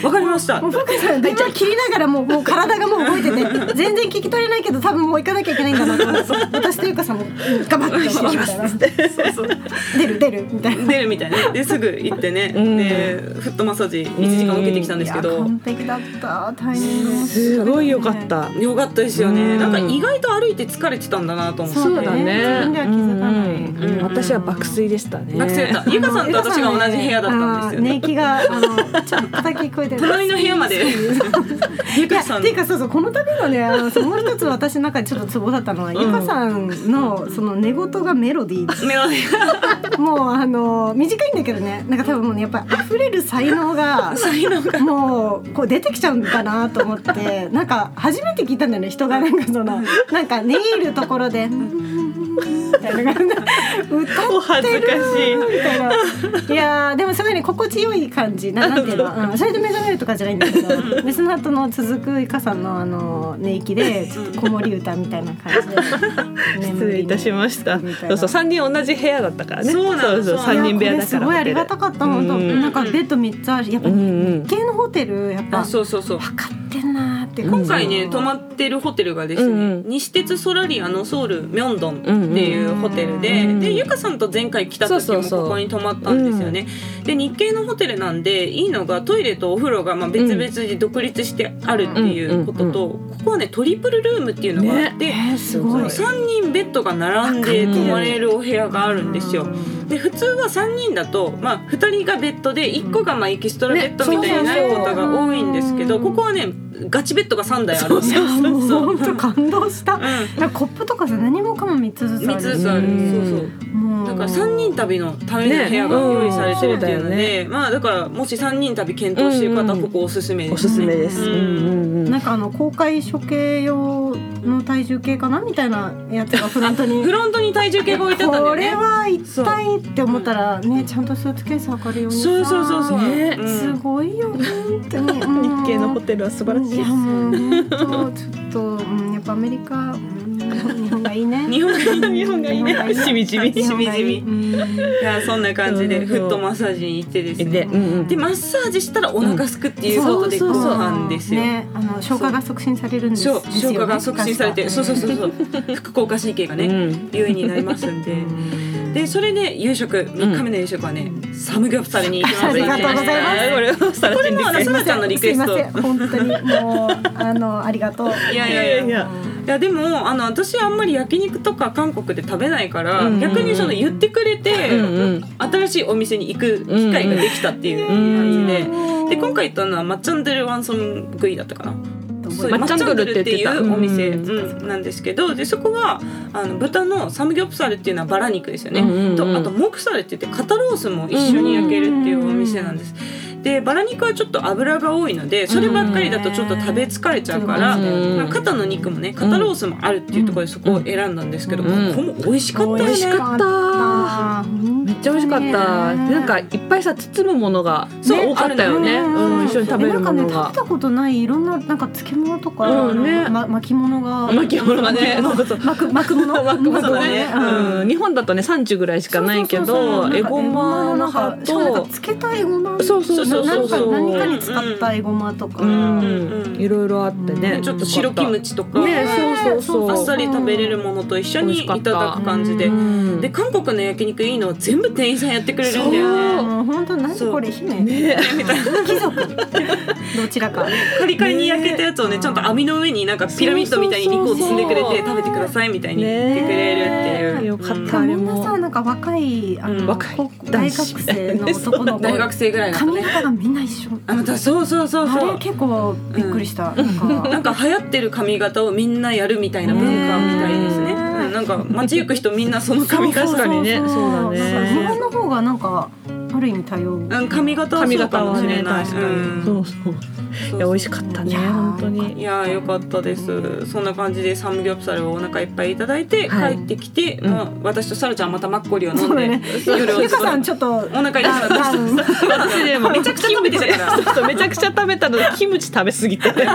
[SPEAKER 2] わかりました
[SPEAKER 3] もう福さん電話切りながらもうもう体がもう動いてて全然聞き取れないけど多分もう行かなきゃいけないんだなと思って私とゆかさんもうん頑張って行きますみたいな出る出るみたいな
[SPEAKER 2] 出るみたいなですぐ行ってね、
[SPEAKER 4] うん
[SPEAKER 2] でフットマッサージ1時間受けてきたんですけ
[SPEAKER 3] いや
[SPEAKER 2] ど、
[SPEAKER 3] 完璧だったタイミングも
[SPEAKER 4] すごい良かった。
[SPEAKER 2] よかったですよ
[SPEAKER 4] う
[SPEAKER 2] ね
[SPEAKER 4] ん
[SPEAKER 2] なんか意外と歩いて疲れてたんだなと思って
[SPEAKER 3] そうだね自分では気づかない
[SPEAKER 4] うんうんうん私は爆睡でしたね。
[SPEAKER 2] 学生だったゆかさんと私が同じ部屋だったんですよ
[SPEAKER 3] 寝
[SPEAKER 2] ね
[SPEAKER 3] 息があのちょっと叩き聞こえてる
[SPEAKER 2] 隣の部屋ま でゆ
[SPEAKER 3] いや
[SPEAKER 2] かさん
[SPEAKER 3] っていうかそうそうこの度のねあのそのもう一つ私の中でちょっとツボだったのは、ゆかさんのその寝言がメロディー
[SPEAKER 2] メロディー
[SPEAKER 3] もうあの短いんだけどねなんか多分もうねやっぱり溢れる才能が
[SPEAKER 2] 才能が
[SPEAKER 3] もうこう出てきちゃうんだなと思 ってなんか初めて聞いたんだよね人がなんかそのなんか寝入るところで「みたいな感じで歌
[SPEAKER 2] お恥ずかしい
[SPEAKER 3] みたいないやーでもすごいね心地よい感じななんていうの、うん、それで目覚めるとかじゃないんだけどでその後の続くいかさんのあの寝息でちょっと子守歌みたいな感じで
[SPEAKER 4] 失礼いたしました。
[SPEAKER 3] みたい
[SPEAKER 4] そ
[SPEAKER 3] な
[SPEAKER 4] うそう、三人同じ部屋だったからね。
[SPEAKER 2] そうなの
[SPEAKER 4] そ
[SPEAKER 2] そ
[SPEAKER 4] う
[SPEAKER 2] うなの
[SPEAKER 4] 三人部屋
[SPEAKER 3] いやこ
[SPEAKER 4] だ
[SPEAKER 3] れす
[SPEAKER 4] から。
[SPEAKER 3] ごいありがたかった本当
[SPEAKER 4] うん
[SPEAKER 3] なんかベッド三つあるやっぱ
[SPEAKER 4] うん
[SPEAKER 3] 日
[SPEAKER 4] うん。
[SPEAKER 3] 系のホテルやっぱ
[SPEAKER 2] あ
[SPEAKER 3] 分
[SPEAKER 2] そうそうそう
[SPEAKER 3] かってんなーって
[SPEAKER 2] 今回ね泊ま
[SPEAKER 3] っ
[SPEAKER 2] ってるホテルがですね、
[SPEAKER 4] うんうん
[SPEAKER 2] 西鉄ソラリアのソウルミョンドンっていうホテルで、
[SPEAKER 4] うんうん
[SPEAKER 2] でゆかさんと前回来た時
[SPEAKER 4] そう
[SPEAKER 2] も
[SPEAKER 4] そうそう
[SPEAKER 2] ここに泊まったんですよね。で日系のホテルなんでいいのがトイレとお風呂がまあ別々に独立してあるっていうことと、ここはねトリプルルームっていうのがあって、
[SPEAKER 3] えーすごい
[SPEAKER 2] 3人ベッドが並んで泊まれるお部屋があるんですよ。で普通は3人だと、まあ、2人がベッドで1個がまあエキストラベッドみたいになることが多いんですけど、
[SPEAKER 3] ねそうそうそう
[SPEAKER 2] ここはねガチベッドが3台あるんですよ。
[SPEAKER 3] 本当感動した
[SPEAKER 2] う。ん
[SPEAKER 3] なんかコップとかさ何もかも三つずつあ
[SPEAKER 2] 三
[SPEAKER 3] る。
[SPEAKER 2] つずつある
[SPEAKER 4] うん
[SPEAKER 2] そうそう
[SPEAKER 3] もう
[SPEAKER 2] だから3人旅のための部屋が用意されてるっていうので、
[SPEAKER 4] ねうん
[SPEAKER 2] まあだからもし3人旅検討してる方はここおすすめです、
[SPEAKER 4] おすすめです。
[SPEAKER 2] うん
[SPEAKER 4] うんうんう。
[SPEAKER 3] なんんかあの公開処刑用の体重計かなみたいなやつがフロントに
[SPEAKER 2] フロントに体重計が置いてあったんだ
[SPEAKER 3] こ
[SPEAKER 2] よ
[SPEAKER 3] れ
[SPEAKER 2] ね
[SPEAKER 3] は一体って思ったらねちゃんとスーツケース測るようにさ
[SPEAKER 2] そうそうそうそう、
[SPEAKER 4] ね
[SPEAKER 2] うん
[SPEAKER 3] すごいよ本当に
[SPEAKER 4] 日系のホ
[SPEAKER 3] テ
[SPEAKER 4] テルは素晴らし
[SPEAKER 3] い
[SPEAKER 4] いで
[SPEAKER 3] や
[SPEAKER 4] す。
[SPEAKER 3] もう本当ちょっと、うん、やっぱアメリカ、うん日本がいいね
[SPEAKER 2] 日本がいい
[SPEAKER 4] 日本がいいね
[SPEAKER 3] 日本がいいね
[SPEAKER 4] しみじみ
[SPEAKER 3] 日本がいい
[SPEAKER 2] し
[SPEAKER 3] うん
[SPEAKER 2] いやそんな感じ
[SPEAKER 4] そ
[SPEAKER 2] で
[SPEAKER 4] う
[SPEAKER 2] フ
[SPEAKER 4] そうそう
[SPEAKER 2] ットマッサージに行ってですね
[SPEAKER 4] で、
[SPEAKER 2] で
[SPEAKER 4] うんうん。
[SPEAKER 2] マッサージしたらお腹すくっていうことで
[SPEAKER 4] そ
[SPEAKER 2] ご
[SPEAKER 4] うそうそう
[SPEAKER 2] 飯ですよ、
[SPEAKER 3] ね、あの消化が促進されるんです。
[SPEAKER 2] そう
[SPEAKER 3] です
[SPEAKER 2] 消
[SPEAKER 3] よね
[SPEAKER 2] 化が促進されて、そうそうそう。
[SPEAKER 3] 確か
[SPEAKER 2] そう副交感神経が
[SPEAKER 4] う
[SPEAKER 2] ね
[SPEAKER 4] ん。
[SPEAKER 2] 優位になりますんででそれで夕食3日目の夕食はね、サムギョプサルに行きま
[SPEAKER 3] あ
[SPEAKER 2] す
[SPEAKER 3] りがとうございます
[SPEAKER 4] これはさらしいんです
[SPEAKER 2] これもあのさらちゃんのリクエスト
[SPEAKER 3] すいません、本当にもうあのありがとう。
[SPEAKER 2] いやいやいやいやいやでもあの私あんまり焼肉とか韓国で食べないから、
[SPEAKER 4] うんうんうん
[SPEAKER 2] 逆にその言ってくれて、
[SPEAKER 4] うんうん
[SPEAKER 2] 新しいお店に行く機会ができたっていう感じで、で今回行ったのはマッチャンデルワンソングイだったかな。そう
[SPEAKER 4] マ
[SPEAKER 2] マ
[SPEAKER 4] ッ
[SPEAKER 2] ッ
[SPEAKER 4] チ
[SPEAKER 2] チ
[SPEAKER 4] ャ
[SPEAKER 2] ャ
[SPEAKER 4] ン
[SPEAKER 2] ン
[SPEAKER 4] ド
[SPEAKER 2] ド
[SPEAKER 4] ル
[SPEAKER 2] ル
[SPEAKER 4] っ
[SPEAKER 2] ってて
[SPEAKER 4] 言っ
[SPEAKER 2] い
[SPEAKER 4] てた
[SPEAKER 2] うお店、
[SPEAKER 4] う
[SPEAKER 2] うんなんですけどでそこはあの豚のサムギョプサルっていうのはバラ肉ですよね、
[SPEAKER 4] うんうんうん
[SPEAKER 2] とあとモクサルって言って肩ロースも一緒に焼けるっていうお店なんです。でバラ肉はちょっと脂が多いのでそればっかりだとちょっと食べ疲れちゃうから、
[SPEAKER 4] うんうん
[SPEAKER 2] まあ、肩の肉もね肩ロースもあるっていうところでそこを選んだんですけど、
[SPEAKER 4] うん
[SPEAKER 2] ここも美味しかったよ
[SPEAKER 4] 美
[SPEAKER 2] ね。
[SPEAKER 4] 味しかった。めっちゃ美味しかった。なんかいっぱいさ包むものがそう、
[SPEAKER 2] ね
[SPEAKER 4] 多かったよね。
[SPEAKER 3] あるの
[SPEAKER 4] うん、一緒に食べる
[SPEAKER 3] な
[SPEAKER 4] もの
[SPEAKER 3] んかね
[SPEAKER 4] が
[SPEAKER 3] 食べ。たことないいろんななんか漬物とか、
[SPEAKER 4] うんね
[SPEAKER 3] ま巻き物が
[SPEAKER 4] 巻き物がね、そうそう
[SPEAKER 3] 巻く巻くもの巻く
[SPEAKER 2] 物ね
[SPEAKER 3] うん
[SPEAKER 4] うん、日本だとね産地ぐらいしかないけ
[SPEAKER 3] そうそうそう
[SPEAKER 4] ど
[SPEAKER 3] そう
[SPEAKER 4] エゴマの葉
[SPEAKER 3] しかもなん
[SPEAKER 4] と
[SPEAKER 3] か漬けたエゴマ
[SPEAKER 4] そうそうそう
[SPEAKER 2] そうそうそう
[SPEAKER 3] な何か何かに使ったエゴマとか、
[SPEAKER 4] うん
[SPEAKER 2] うん
[SPEAKER 4] いろいろあってね、
[SPEAKER 3] うん
[SPEAKER 2] ちょっと白キム
[SPEAKER 4] チ
[SPEAKER 2] チとか、
[SPEAKER 4] ねそうそうそう
[SPEAKER 2] あっさり食べれるものと一緒にいただく感じで、
[SPEAKER 4] うん
[SPEAKER 2] で韓国の焼肉いいのは全部店員さんやってくれるんだよね
[SPEAKER 3] もう本当何これ姫、ね、貴族どちらか
[SPEAKER 2] カリカリに焼けたやつをねちゃんと網の上になんかピラミッドみたいに肉を積んでくれて食べてくださいみたいに言ってくれるっていう、
[SPEAKER 4] ねよかっ
[SPEAKER 3] で
[SPEAKER 4] た
[SPEAKER 3] もみんなさなんか若いあの、
[SPEAKER 2] うん
[SPEAKER 4] 若い
[SPEAKER 3] 高校大学生の男の
[SPEAKER 2] うん
[SPEAKER 3] 子
[SPEAKER 2] 大学生ぐらいの
[SPEAKER 3] 髪型がみんな一緒
[SPEAKER 2] あまたそうそうそう
[SPEAKER 3] あ
[SPEAKER 2] そ
[SPEAKER 3] れ
[SPEAKER 2] う
[SPEAKER 3] 結構びっくりした、なん
[SPEAKER 2] な
[SPEAKER 3] か
[SPEAKER 2] んか流行ってる髪型をみんなやるみたいな文化みたいですね、
[SPEAKER 3] ね
[SPEAKER 2] うんなんか街行く人みんなその髪型
[SPEAKER 4] 確かにねそうだね
[SPEAKER 3] 日本の方がなんかある意味多様、
[SPEAKER 2] うん髪型はそうかもしれない、
[SPEAKER 4] 髪型はね
[SPEAKER 2] うん
[SPEAKER 4] そうそういや美味しかった
[SPEAKER 3] い
[SPEAKER 4] ね
[SPEAKER 3] やー
[SPEAKER 4] 本当
[SPEAKER 2] い
[SPEAKER 4] に
[SPEAKER 2] やーよかったですそんな感じでサムギョプサルをお腹いっぱいいただいて帰
[SPEAKER 4] はい
[SPEAKER 2] ってきて、
[SPEAKER 4] ん
[SPEAKER 2] まあ、私とサラちゃんまたマッコリを飲
[SPEAKER 3] そ
[SPEAKER 2] ん
[SPEAKER 3] うだ
[SPEAKER 2] で、
[SPEAKER 3] ね
[SPEAKER 2] 夜
[SPEAKER 3] ゆ
[SPEAKER 2] は
[SPEAKER 3] かさんちょっと
[SPEAKER 2] お腹いっぱいだ
[SPEAKER 3] ダウン
[SPEAKER 4] 私でも
[SPEAKER 2] めちゃくちゃ食べてたから
[SPEAKER 4] そうそうめちゃくちゃ食べたのでキムチ食べ過ぎてそうそうそ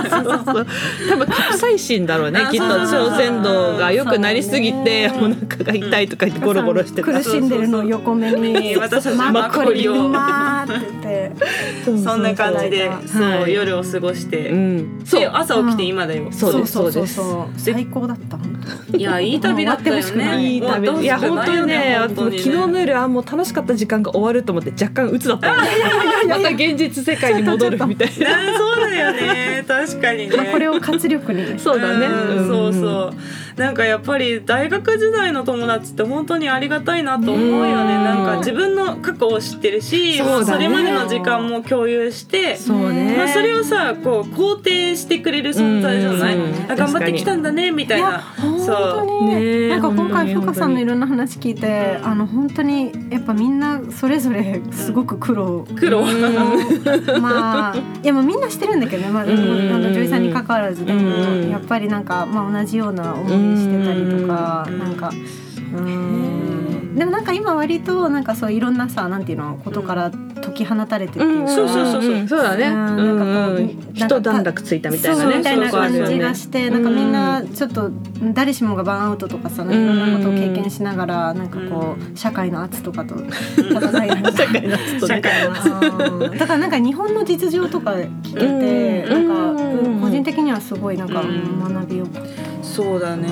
[SPEAKER 4] う多分カプサイシンだろうね
[SPEAKER 2] あ
[SPEAKER 4] きっと
[SPEAKER 2] そうそうそう
[SPEAKER 4] 朝鮮度が良くなりすぎて
[SPEAKER 3] そ
[SPEAKER 4] お
[SPEAKER 3] うね
[SPEAKER 4] 腹が痛いとか言ってゴロゴロしてた
[SPEAKER 3] 苦しんでるのを横目に
[SPEAKER 2] 私たちの
[SPEAKER 3] マ
[SPEAKER 2] マッ
[SPEAKER 3] ッ
[SPEAKER 2] コ
[SPEAKER 3] コ
[SPEAKER 2] リ
[SPEAKER 3] リ
[SPEAKER 2] を
[SPEAKER 3] うまーって言って
[SPEAKER 4] ううう
[SPEAKER 2] そんな感じで、
[SPEAKER 3] はい
[SPEAKER 2] そう、夜を過ごして、
[SPEAKER 4] うん
[SPEAKER 2] そう朝起きて今だよ、
[SPEAKER 4] そうです
[SPEAKER 3] そうそう
[SPEAKER 4] そ
[SPEAKER 3] そうそう
[SPEAKER 2] で
[SPEAKER 3] 最高だった本当
[SPEAKER 2] いやいい旅だったよ
[SPEAKER 3] 終わってほしくな
[SPEAKER 2] ね
[SPEAKER 4] いい旅
[SPEAKER 2] もう
[SPEAKER 4] いや本当にね
[SPEAKER 2] 本当
[SPEAKER 4] 昨
[SPEAKER 2] に
[SPEAKER 4] 日の夜あもう楽しかった時間が終わると思って若干鬱 だったよねまた現実世界に戻るみたい
[SPEAKER 2] あ
[SPEAKER 4] な
[SPEAKER 2] ーそうだよ ね確かにね、
[SPEAKER 3] にこれを活力にね
[SPEAKER 4] そうだね
[SPEAKER 2] うんそう
[SPEAKER 4] う
[SPEAKER 2] そうなんかやっぱり大学時代の友達って本当にありがたいなと思うよね、
[SPEAKER 4] うん
[SPEAKER 2] なんか自分の過去を知ってるし
[SPEAKER 4] そうだね
[SPEAKER 2] それまでの時間も共有して
[SPEAKER 4] そうね
[SPEAKER 2] まあ、それをさこう肯定してくれる存在じゃない、
[SPEAKER 4] うん
[SPEAKER 3] うんうん
[SPEAKER 2] あ頑張ってきたんだねみたい
[SPEAKER 3] い
[SPEAKER 2] な
[SPEAKER 3] や
[SPEAKER 2] そう
[SPEAKER 3] 本当に
[SPEAKER 4] ね
[SPEAKER 3] ねなんか今
[SPEAKER 4] 本当に
[SPEAKER 3] 回ふかさんのいろんな話聞いて
[SPEAKER 2] うん
[SPEAKER 3] あの本当にやっぱみんなそれぞれ すごく苦労
[SPEAKER 2] 苦労、
[SPEAKER 3] まあいやまあみんなしてるんだけどねまああ
[SPEAKER 4] うんうんうん
[SPEAKER 3] の女優さんに関わらずで
[SPEAKER 4] うんうん
[SPEAKER 3] もやっぱりなんかまあ同じような思いしてたりとか
[SPEAKER 2] うん
[SPEAKER 3] なんかうんでもなんか今割となんかそういろんなさなんていうのことから解き放たれてっていうか
[SPEAKER 2] そうそうそうそうん
[SPEAKER 4] そうだね
[SPEAKER 3] うん
[SPEAKER 4] うん
[SPEAKER 3] なんかこう
[SPEAKER 4] うん
[SPEAKER 3] なん
[SPEAKER 4] 一
[SPEAKER 3] か
[SPEAKER 4] 段落ついたみたいな
[SPEAKER 3] そう
[SPEAKER 4] ね
[SPEAKER 3] みたいな
[SPEAKER 4] そう
[SPEAKER 3] 感
[SPEAKER 4] そうある
[SPEAKER 3] じ
[SPEAKER 4] よ
[SPEAKER 3] が
[SPEAKER 4] ね
[SPEAKER 3] して、なんかみんなちょっと誰しもがバーンアウトとかさ、なんかいろんなことを経験しながら、なんかこう社会の圧とかと戦いながら。
[SPEAKER 4] 社会の圧とね
[SPEAKER 2] 社会は
[SPEAKER 3] だからなんか日本の実情とか聞けて、
[SPEAKER 4] うん
[SPEAKER 3] なんか
[SPEAKER 4] うん
[SPEAKER 3] 個人的にはすごいなんか
[SPEAKER 2] うん
[SPEAKER 3] 学びをかっ
[SPEAKER 2] そうだね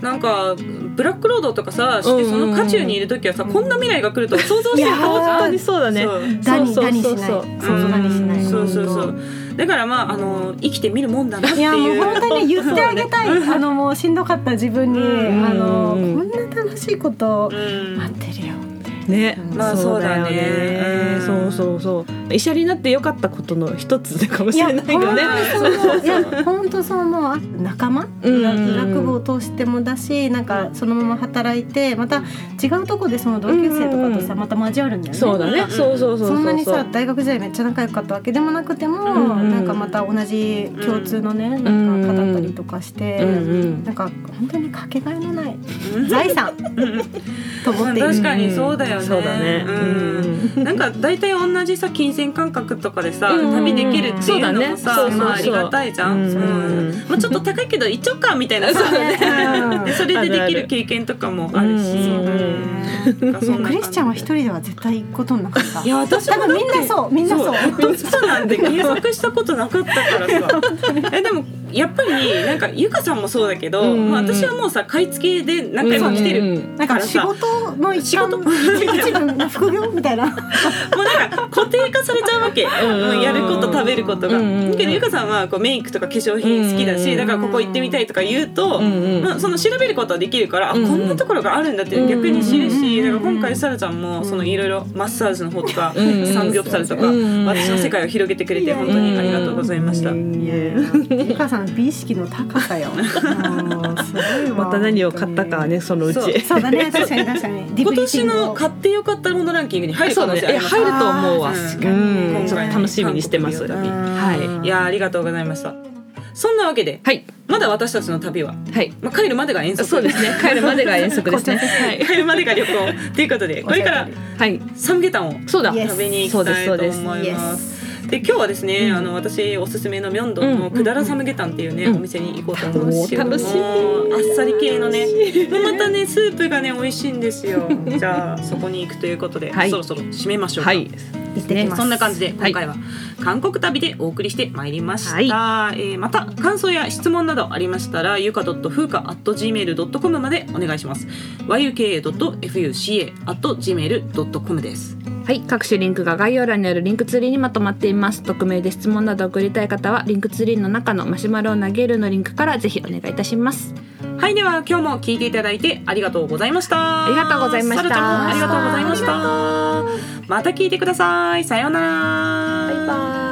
[SPEAKER 2] なんかブラックロードとかさしてその渦中にいる時はさ、こんな未来が来るとは想像してる
[SPEAKER 3] いや
[SPEAKER 4] 本当にそうだ
[SPEAKER 2] た
[SPEAKER 4] ね
[SPEAKER 2] そう
[SPEAKER 3] ダニ
[SPEAKER 4] そう
[SPEAKER 3] ダニし
[SPEAKER 4] そう
[SPEAKER 3] ない
[SPEAKER 4] そう
[SPEAKER 3] 想像ダニしない。
[SPEAKER 4] うん
[SPEAKER 2] そうそうそうだからまああの生きてみるもんだなって
[SPEAKER 3] い
[SPEAKER 2] い
[SPEAKER 3] やもう
[SPEAKER 2] う
[SPEAKER 3] 本当に言ってあげたい、あのもうしんどかった自分に、
[SPEAKER 2] うん
[SPEAKER 3] あのこ
[SPEAKER 4] うん
[SPEAKER 3] んな楽しいこと
[SPEAKER 2] うん
[SPEAKER 3] 待ってるよって。
[SPEAKER 4] ね、
[SPEAKER 2] まあ
[SPEAKER 4] よ
[SPEAKER 2] そうだね
[SPEAKER 4] そうそうそう医者になって良かったことの一つかもしれないよね
[SPEAKER 3] いや本当そう思う仲間
[SPEAKER 4] うん
[SPEAKER 3] 学部を通してもだしなんかそのまま働いてまた違うとこでその同級生とかと
[SPEAKER 4] う
[SPEAKER 3] さ
[SPEAKER 4] ん
[SPEAKER 3] また交わるんだよね。
[SPEAKER 4] そうだねそうそうそうう
[SPEAKER 3] そんなに
[SPEAKER 4] う
[SPEAKER 3] さ大学時代めっちゃ仲良かったわけでもなくても、
[SPEAKER 4] うん
[SPEAKER 3] なんかまた同じ共通のね、なんか方だったりとかして、
[SPEAKER 4] うんうん
[SPEAKER 3] なんか本当にかけがえのない財産 と思っている。
[SPEAKER 2] 確かにそうだよね
[SPEAKER 4] そうだね
[SPEAKER 2] う
[SPEAKER 4] うん
[SPEAKER 2] んなんか大体同じさ金銭感覚とかでさ
[SPEAKER 4] うん
[SPEAKER 2] 旅できるっていうのもさ
[SPEAKER 4] そうだねそうそうそう
[SPEAKER 2] まあありがたいじゃん
[SPEAKER 4] うん
[SPEAKER 2] うんまあちょっと高いけど一応かみたいなさ
[SPEAKER 3] うん
[SPEAKER 2] でそれでできる経験とかもあるし
[SPEAKER 4] うん
[SPEAKER 2] うんなんかそんな感じ
[SPEAKER 3] クリスチャンは一人では絶対行くことになかった。
[SPEAKER 2] いや私
[SPEAKER 3] 多
[SPEAKER 2] もだ
[SPEAKER 3] 分みんなそうみんなそう。
[SPEAKER 2] ドツパなんて検索したことなかったからさえでもやっぱりなんかゆかさんもそうだけど、
[SPEAKER 4] うんうん
[SPEAKER 2] まあ、私はもうさ買い付けで何回も来てる、
[SPEAKER 4] うん
[SPEAKER 3] なんか仕事の一環
[SPEAKER 2] 仕
[SPEAKER 3] 一部副業みたいな。
[SPEAKER 2] もうなんか固定化されちゃうわけ、
[SPEAKER 4] んうん
[SPEAKER 2] やること食べることが、
[SPEAKER 4] うんうんうん
[SPEAKER 2] だけどゆかさんはこうメイクとか化粧品好きだし、
[SPEAKER 4] うんうん
[SPEAKER 2] だからここ行ってみたいとか言うと、
[SPEAKER 4] うんうん
[SPEAKER 2] まあ、その調べることはできるから、あ
[SPEAKER 4] うんうん
[SPEAKER 2] こんなところがあるんだって逆に知るし、
[SPEAKER 3] うんうん
[SPEAKER 2] だから今回さらちゃんもそのいろいろマッサージの方とか、
[SPEAKER 4] うんうん
[SPEAKER 2] サンギョプサルとか、
[SPEAKER 4] うんうん
[SPEAKER 2] 私の世界を広げてくれて本当にありがとうございました。
[SPEAKER 4] いえ
[SPEAKER 3] ゆかさん美意識の高さよ。もうすごいわ
[SPEAKER 4] また何を買ったかは。ねそのうち
[SPEAKER 2] そう
[SPEAKER 3] そうだね確かに確かに。
[SPEAKER 2] 今年の買ってよかったものランキングに入る
[SPEAKER 4] そ
[SPEAKER 2] 可
[SPEAKER 4] うだ
[SPEAKER 2] 能性
[SPEAKER 4] ね
[SPEAKER 2] あ
[SPEAKER 4] え
[SPEAKER 2] ります
[SPEAKER 4] 入ると思うわ
[SPEAKER 2] あー
[SPEAKER 4] うん
[SPEAKER 2] うん
[SPEAKER 4] ちょっと楽しみにしてます
[SPEAKER 2] 韓国
[SPEAKER 4] はい
[SPEAKER 2] やーありがとうございましたそんなわけで、
[SPEAKER 4] はい
[SPEAKER 2] まだ私たちの旅は、
[SPEAKER 4] はい
[SPEAKER 2] まあ、帰るまでが遠足
[SPEAKER 4] そうですね 帰るまでが遠足ですねは い
[SPEAKER 2] 帰るまでが旅 行ということでこれから
[SPEAKER 4] はい
[SPEAKER 2] サムゲタンを
[SPEAKER 4] そうだ
[SPEAKER 3] イエス
[SPEAKER 2] 食べに行
[SPEAKER 4] そ
[SPEAKER 2] き
[SPEAKER 4] うで
[SPEAKER 2] た
[SPEAKER 4] す
[SPEAKER 2] い
[SPEAKER 4] そ
[SPEAKER 2] と
[SPEAKER 4] うです
[SPEAKER 2] 思いますで今日はですね、
[SPEAKER 5] うん
[SPEAKER 2] あの私おすすめのミョンドンのくだらサムゲタンっていうね、
[SPEAKER 5] うん
[SPEAKER 2] お店に行こうと思うんですよ。
[SPEAKER 5] 楽しみ
[SPEAKER 2] もうあっさり系のね、またねスープがね美味しいんですよ。じゃあそこに行くということで、
[SPEAKER 5] はい
[SPEAKER 2] そろそろ締めましょうか。
[SPEAKER 5] はい。
[SPEAKER 6] 行ってきます
[SPEAKER 2] そんな感じで今回は韓国旅でお送りしてまいりました、えーまた感想や質問などありましたらゆか .fuka.gmail.com までお願いします yuka.fuca.gmail.com です
[SPEAKER 4] はい、各種リンクが概要欄にあるリンクツリーにまとまっています。匿名で質問など送りたい方は、リンクツリーの中のマシュマロを投げるのリンクからぜひお願いいたします。
[SPEAKER 2] はいでは今日も聞いていただいてありがとうございました
[SPEAKER 4] ありがとうございま
[SPEAKER 2] サ
[SPEAKER 4] した
[SPEAKER 2] ルちゃんもありがとうございましたまた聞いてくださいさようなら
[SPEAKER 4] バイバイ。